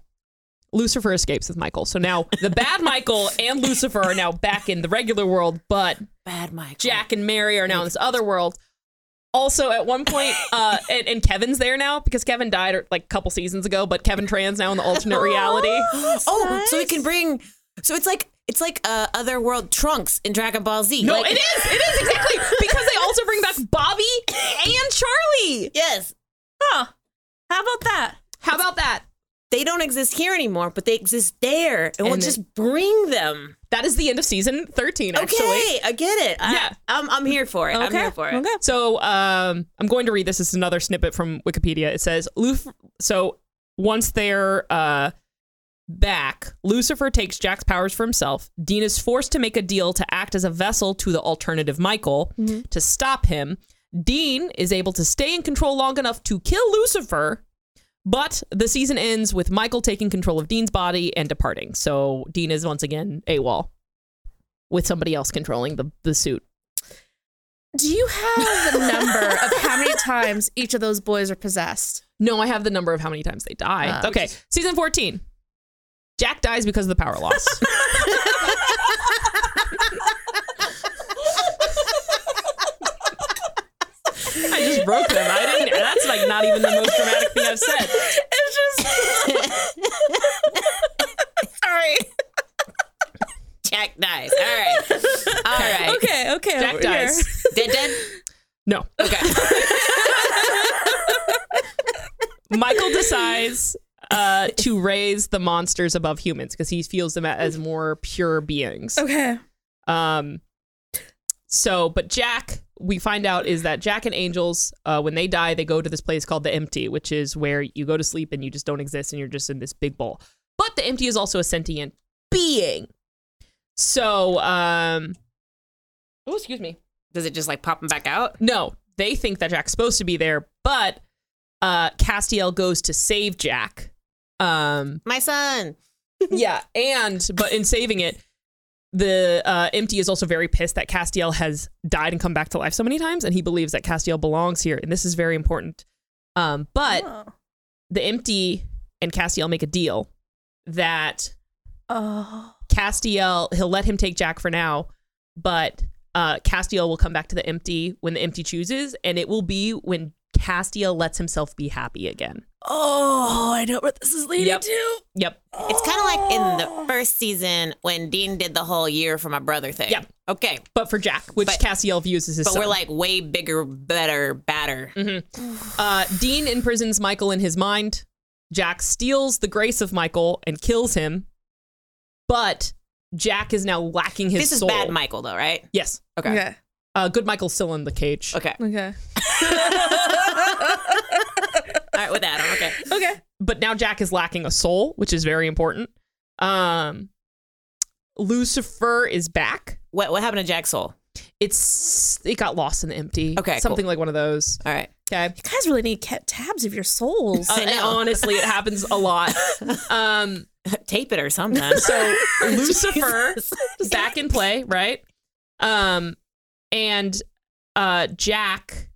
Lucifer escapes with Michael. So now the bad Michael and Lucifer are now back in the regular world, but Bad Michael. Jack and Mary are now in this other world. Also, at one <laughs> point, uh, and, and Kevin's there now because Kevin died like a couple seasons ago, but Kevin Tran's now in the alternate <gasps> reality. Oh, so we can bring so it's like it's like uh other world trunks in Dragon Ball Z. No, Like- it is. It is exactly because they also bring back Bobby and Charlie. Yes. How about that? How about that? They don't exist here anymore, but they exist there. And, we'll And it- just bring them. That is the end of season 13, Okay. actually. I get it. I, Yeah. I'm I'm here for it. I'm here for it. Okay. So um, I'm going to read this. This is another snippet from Wikipedia. It says, Luf- so once they're uh, back, Lucifer takes Jack's powers for himself. Dean is forced to make a deal to act as a vessel to the alternative Michael Mm-hmm. to stop him. Dean is able to stay in control long enough to kill Lucifer, but the season ends with Michael taking control of Dean's body and departing. So Dean is once again AWOL with somebody else controlling the, the suit. Do you have the number of <laughs> how many times each of those boys are possessed? No, I have the number of how many times they die. okay, season 14. Jack dies because of the power loss. I just broke them. I didn't. That's like not even the most dramatic thing I've said. <laughs> Jack dies. All right. All right. Okay, okay. Jack over dies. here. Dead dead. No. Okay. <laughs> Michael decides uh, to raise the monsters above humans because he feels them as more pure beings. Okay. Um, so, but Jack, we find out is that Jack and angels, uh, when they die, they go to this place called the Empty, which is where you go to sleep and you just don't exist and you're just in this big bowl. But the Empty is also a sentient being. So, um, oh, excuse me. Does it just like pop them back out? No, they think that Jack's supposed to be there, but uh, Castiel goes to save Jack. Um, My son. yeah, and but in saving it, the uh, empty is also very pissed that Castiel has died and come back to life so many times, and he believes that Castiel belongs here, and this is very important. Um, but Oh. the empty and Castiel make a deal that Oh. Castiel he'll let him take Jack for now, but uh, Castiel will come back to the empty when the empty chooses, and it will be when Castiel lets himself be happy again. Oh, I know where this is leading Yep. to. Yep. It's kind of like in the first season when Dean did the whole year for my brother thing. Yep. Okay. But for Jack, which But- Castiel views as his But son. we're like way bigger, better, badder. Uh, Dean imprisons Michael in his mind. Jack steals the grace of Michael and kills him. But Jack is now lacking his This is soul. bad Michael, though, right? Yes. Okay. Okay. Uh, good Michael's still in the cage. Okay. All Okay. right, with that, I'm okay. Okay. But now Jack is lacking a soul, which is very important. Um, Lucifer is back. What, what happened to Jack's soul? It's it got lost in the empty. Okay, cool. Something like one of those. All right. Okay. You guys really need kept tabs of your souls. Uh, <laughs> I and know. honestly, it happens a <laughs> lot. Um, Tape it or something. So Lucifer back in play, right? Um and uh Jack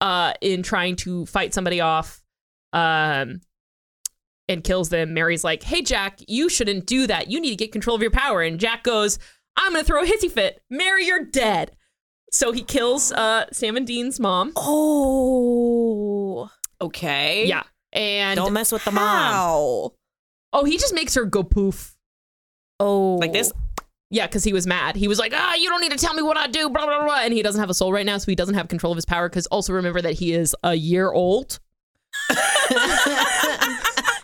uh in trying to fight somebody off um and kills them, Mary's like, "Hey Jack, you shouldn't do that. You need to get control of your power." And Jack goes, "I'm going to throw a hissy fit. Mary, you're dead." So he kills uh Sam and Dean's mom. oh. okay. Yeah. And Don't mess with the mom. Wow. oh, he just makes her go poof. Oh. Like this? Yeah, because he was mad. He was like, ah, you don't need to tell me what I do, blah, blah, blah. And he doesn't have a soul right now, so he doesn't have control of his power. Because also remember that he is a year old. <laughs>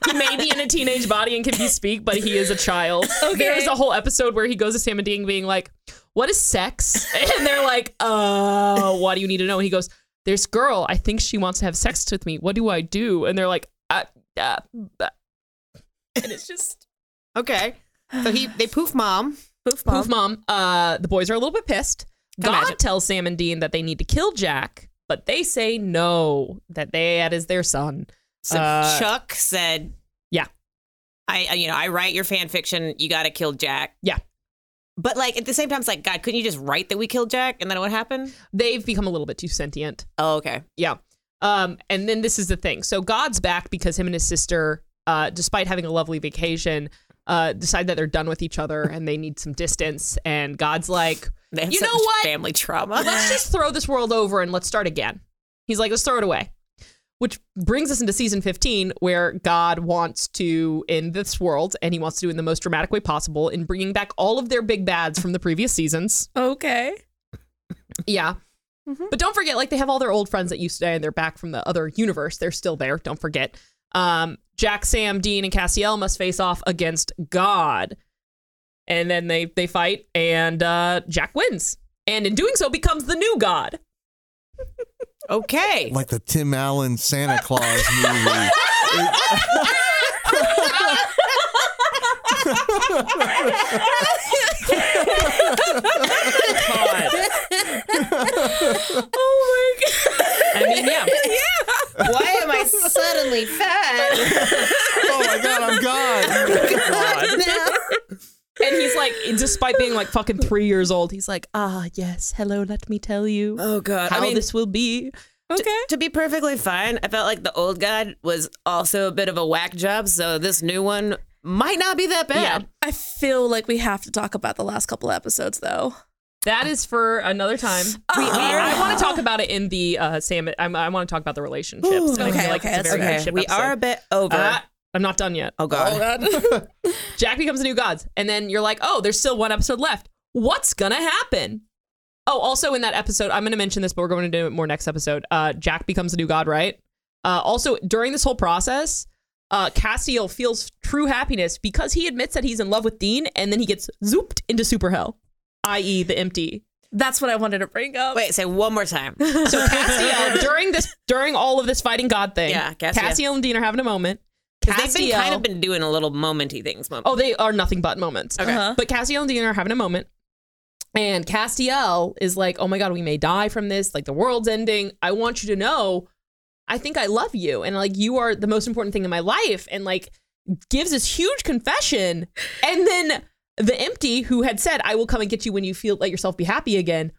he may be in a teenage body and can be speak, but he is a child. There is a whole episode where he goes to Sam and Dean being like, what is sex? <laughs> And they're like, uh, what do you need to know? And he goes, this girl, I think she wants to have sex with me. What do I do? And they're like, uh, uh, uh." and it's just Okay. So he <sighs> they poof mom. Poof mom. Poof mom. Uh, the boys are a little bit pissed. God imagine. tells Sam and Dean that they need to kill Jack, but they say no, that they, that is their son. So Uh, Chuck said, Yeah. I I- you know I write your fan fiction. You got to kill Jack." Yeah. but like at the same time, it's like God, couldn't you just write that we killed Jack and then it would happen? They've become a little bit too sentient. Oh, okay. Yeah. Um, and then this is the thing. So God's back because him and his sister, uh, despite having a lovely vacation, uh, decide that they're done with each other and they need some distance. And God's like, They have You such know what? Family trauma. let's just throw this world over and let's start again. He's like, let's throw it away. Which brings us into season 15, where God wants to end this world and he wants to do it in the most dramatic way possible in bringing back all of their big bads from the previous seasons. Okay. Yeah. Mhm. But don't forget, like, they have all their old friends that used to die and they're back from the other universe. They're still there. Don't forget. Um, Jack, Sam, Dean, and Cassiel must face off against God. And then they, they fight, and uh, Jack wins. And in doing so, becomes the new God. <laughs> <laughs> okay. Like the Tim Allen Santa Claus <laughs> movie. Oh my god. I mean, yeah. Why am I suddenly fat? oh my god, I'm <laughs> God. And he's like, despite being like fucking three years old, he's like, ah, yes, hello, let me tell you Oh God. how I mean, this will be. Okay. to be perfectly fine, I felt like the old God was also a bit of a whack job. So this new one might not be that bad. Yeah. I feel like we have to talk about the last couple episodes though. That is for another time. We, we- I want to talk about it in the uh, Sam. I'm, I want to talk about the relationships. and I okay, feel like okay, it's that's a very okay. friendship we episode. are a bit over. Ah, I'm not done yet. Uh, oh God. Jack becomes the new gods, and then you're like, oh, there's still one episode left. What's gonna happen? Oh, also in that episode, I'm gonna mention this, but we're going to do it more next episode. Uh, Jack becomes the new god, right? Uh, also, during this whole process, uh, Castiel feels true happiness because he admits that he's in love with Dean, and then he gets zooped into super hell, i.e., the empty. That's what I wanted to bring up. Wait, say one more <laughs> time. So Castiel, during this, during all of this fighting God thing, Yeah, Castiel. Castiel and Dean are having a moment. 'Cause They've been kind of been doing a little momenty things. Mom. Oh, they are nothing but moments. Okay. Uh-huh. But Castiel and Dean are having a moment. And Castiel is like, oh my God, we may die from this. Like, the world's ending. I want you to know, I think I love you. And like, you are the most important thing in my life. And like, gives this huge confession. And then the empty, who had said, I will come and get you when you feel, let yourself be happy again,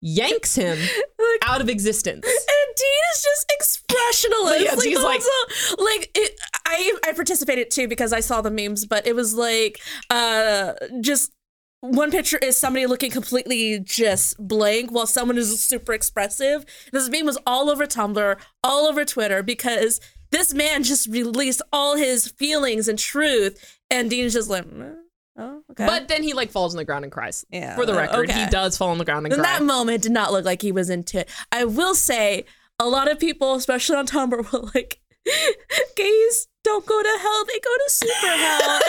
yanks him <laughs> Like- out of existence. And Dean is just expressionless. Yeah, like, Dean's the like- whole- like it, I, I participated too because I saw the memes, but it was like, uh, just one picture is somebody looking completely just blank while someone is super expressive. This meme was all over Tumblr, all over Twitter because this man just released all his feelings and truth, and Dean's just like, "Mm, oh, okay. But then he like falls on the ground and cries. Yeah. For the record, Okay. he does fall on the ground and in cry. that moment did not look like he was into it. I will say a lot of people, especially on Tumblr, <laughs> were like, gays don't go to hell, they go to super hell.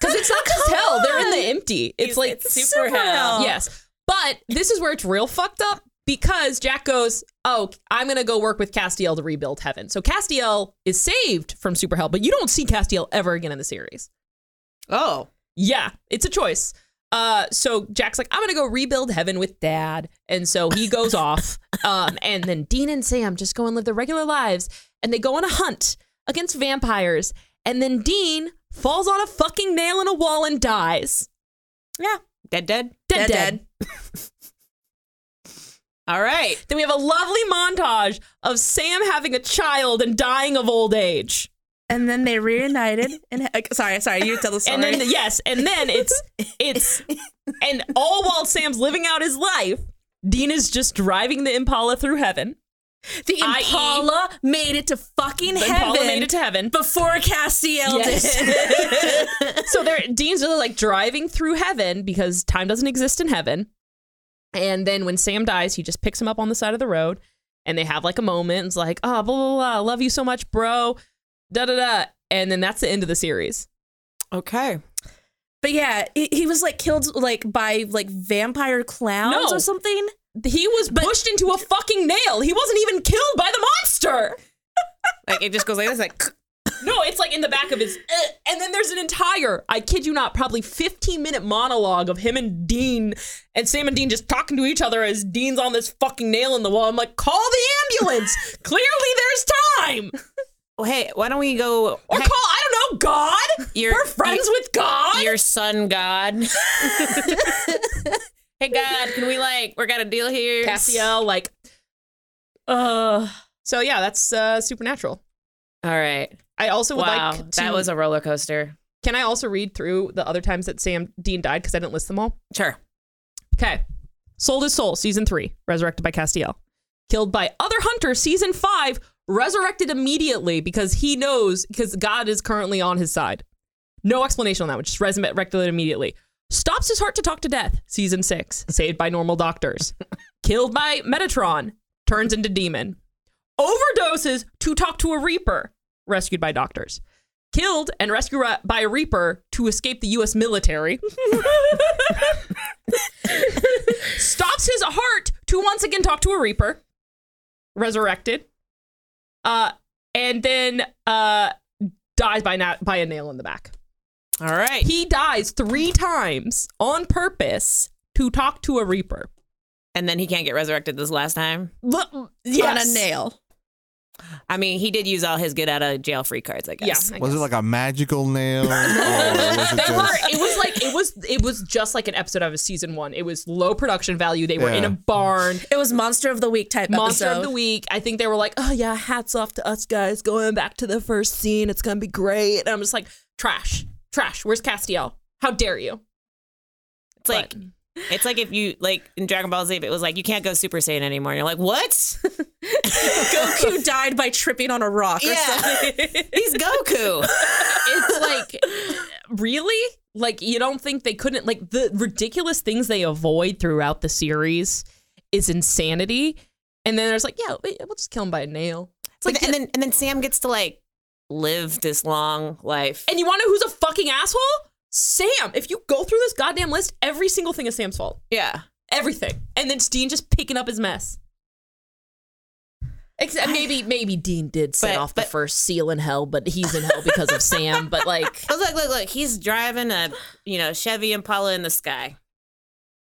Because it's not just hell; they're in the <laughs> empty. It's like it's super hell. Yes, but this is where it's real fucked up because Jack goes, "Oh, I'm gonna go work with Castiel to rebuild heaven." So Castiel is saved from super hell, but you don't see Castiel ever again in the series. Oh. Yeah, it's a choice. Uh, so Jack's like, I'm gonna go rebuild heaven with Dad, and so he <laughs> goes off. Um, and then Dean and Sam just go and live their regular lives, and they go on a hunt against vampires. And then Dean falls on a fucking nail in a wall and dies. Dead, dead. Dead, dead. All right. Then we have a lovely montage of Sam having a child and dying of old age. <laughs> And then they reunited. And sorry, sorry, you tell the story. And then yes, and then <laughs> it's it's and all while Sam's living out his life, Dean is just driving the Impala through heaven. the I.e. Impala made it to fucking The heaven Impala made it to heaven. before Castiel did. <laughs> so there, <laughs> Dean's really like driving through heaven because time doesn't exist in heaven. And then when Sam dies, he just picks him up on the side of the road, and they have like a moment. And it's like, oh, blah blah blah, love you so much, bro. Da da da. And then that's the end of the series. Okay. But yeah, he, he was like killed like by like vampire clowns No. or something. He was pushed into a fucking nail. He wasn't even killed by the monster. Like it just goes like this. Like <laughs> No, it's like in the back of his. "Eh," and then there's an entire, I kid you not, probably 15 minute monologue of him and Dean and Sam and Dean just talking to each other as Dean's on this fucking nail in the wall. I'm like, call the ambulance. <laughs> Clearly there's time. well, oh, hey, why don't we go? Or Hey, call, I don't know, God. You're- We're friends with God. your son, God. <laughs> hey, God, can we like? We're got a deal here. Cassiel, like, uh. So yeah, that's uh, supernatural. All right. I also would Wow, like to. that was a roller coaster. can I also read through the other times that Sam Dean died because I didn't list them all? Sure. Okay. Sold his soul, season three, resurrected by Castiel. Killed by other hunter, season five, resurrected immediately because he knows because God is currently on his side. No explanation on that one, just resurrected immediately. Stops his heart to talk to death, season six, saved by normal doctors. <laughs> Killed by Metatron, turns into demon. Overdoses to talk to a reaper, rescued by doctors. Killed and rescued by a reaper to escape the U.S. military. stops his heart to once again talk to a reaper resurrected uh and then uh dies by na- by a nail in the back All right. he dies three times on purpose to talk to a reaper and then he can't get resurrected this last time. L- On a nail. I mean, he did use all his get out of jail free cards, I yeah guess. I Was it guess. like a magical nail? or was it they were, just- it was like it was it was just like an episode of a season one it was low production value they were in Yeah. a barn It was monster of the week type Monster episode. <laughs> of the week. I think they were like, "Oh yeah, hats off to us guys going back to the first scene. It's gonna be great." And I'm just like, "Trash, trash. Where's Castiel? How dare you?" It's like <laughs> it's like if you like in Dragon Ball Z, it was like you can't go Super Saiyan anymore. And you're like, what? <laughs> Goku died by tripping on a rock or something. He's <laughs> Goku. It's like, really? Like you don't think they couldn't like the ridiculous things they avoid throughout the series is insanity. And then there's like, yeah, we- we'll just kill him by a nail. It's like, and then and then Sam gets to like live this long life. And you want to know who's a fucking asshole? Sam. If you go through this goddamn list, every single thing is Sam's fault. yeah, Everything. And then Dean just picking up his mess. Except maybe maybe Dean did set But- off the but- first seal in hell, but he's in hell because of Sam. But like look, look, look, look. He's driving a you know Chevy Impala in the sky.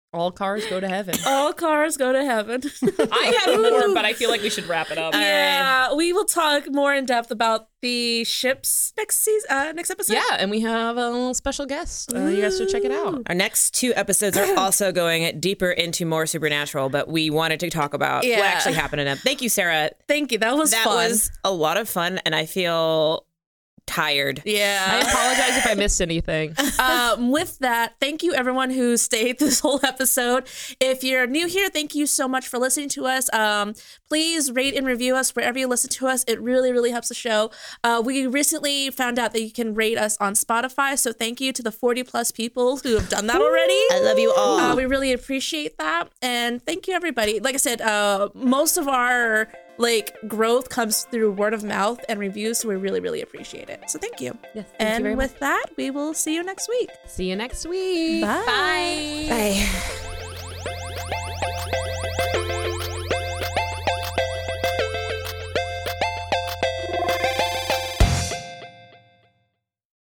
<laughs> all cars go to heaven. All cars go to heaven. <laughs> <laughs> I <laughs> have more, but I feel like we should wrap it up. yeah, we will talk more in depth about the ships next season, uh, next episode. Yeah, and we have a little special guest. Uh, you guys should check it out. Our next two episodes <clears throat> are also going deeper into more supernatural, but we wanted to talk about Yeah. what actually happened in it. Thank you, Sarah. Thank you. That was that fun. was a lot of fun, and I feel tired. I yeah. apologize <laughs> if I missed anything. <laughs> um, with that, thank you everyone who stayed <laughs> this whole episode. If you're new here, thank you so much for listening to us. Um, please rate and review us wherever you listen to us. It really, really helps the show. Uh, we recently found out that you can rate us on Spotify. So thank you to the 40 plus people who have done that already. I love you all. Uh, we really appreciate that. And thank you, everybody. Like I said, uh, most of our like growth comes through word of mouth and reviews. So we really, really appreciate it. So thank you. Yes, thank you and very with that, we will see you next week. See you next week. Bye. Bye. Bye.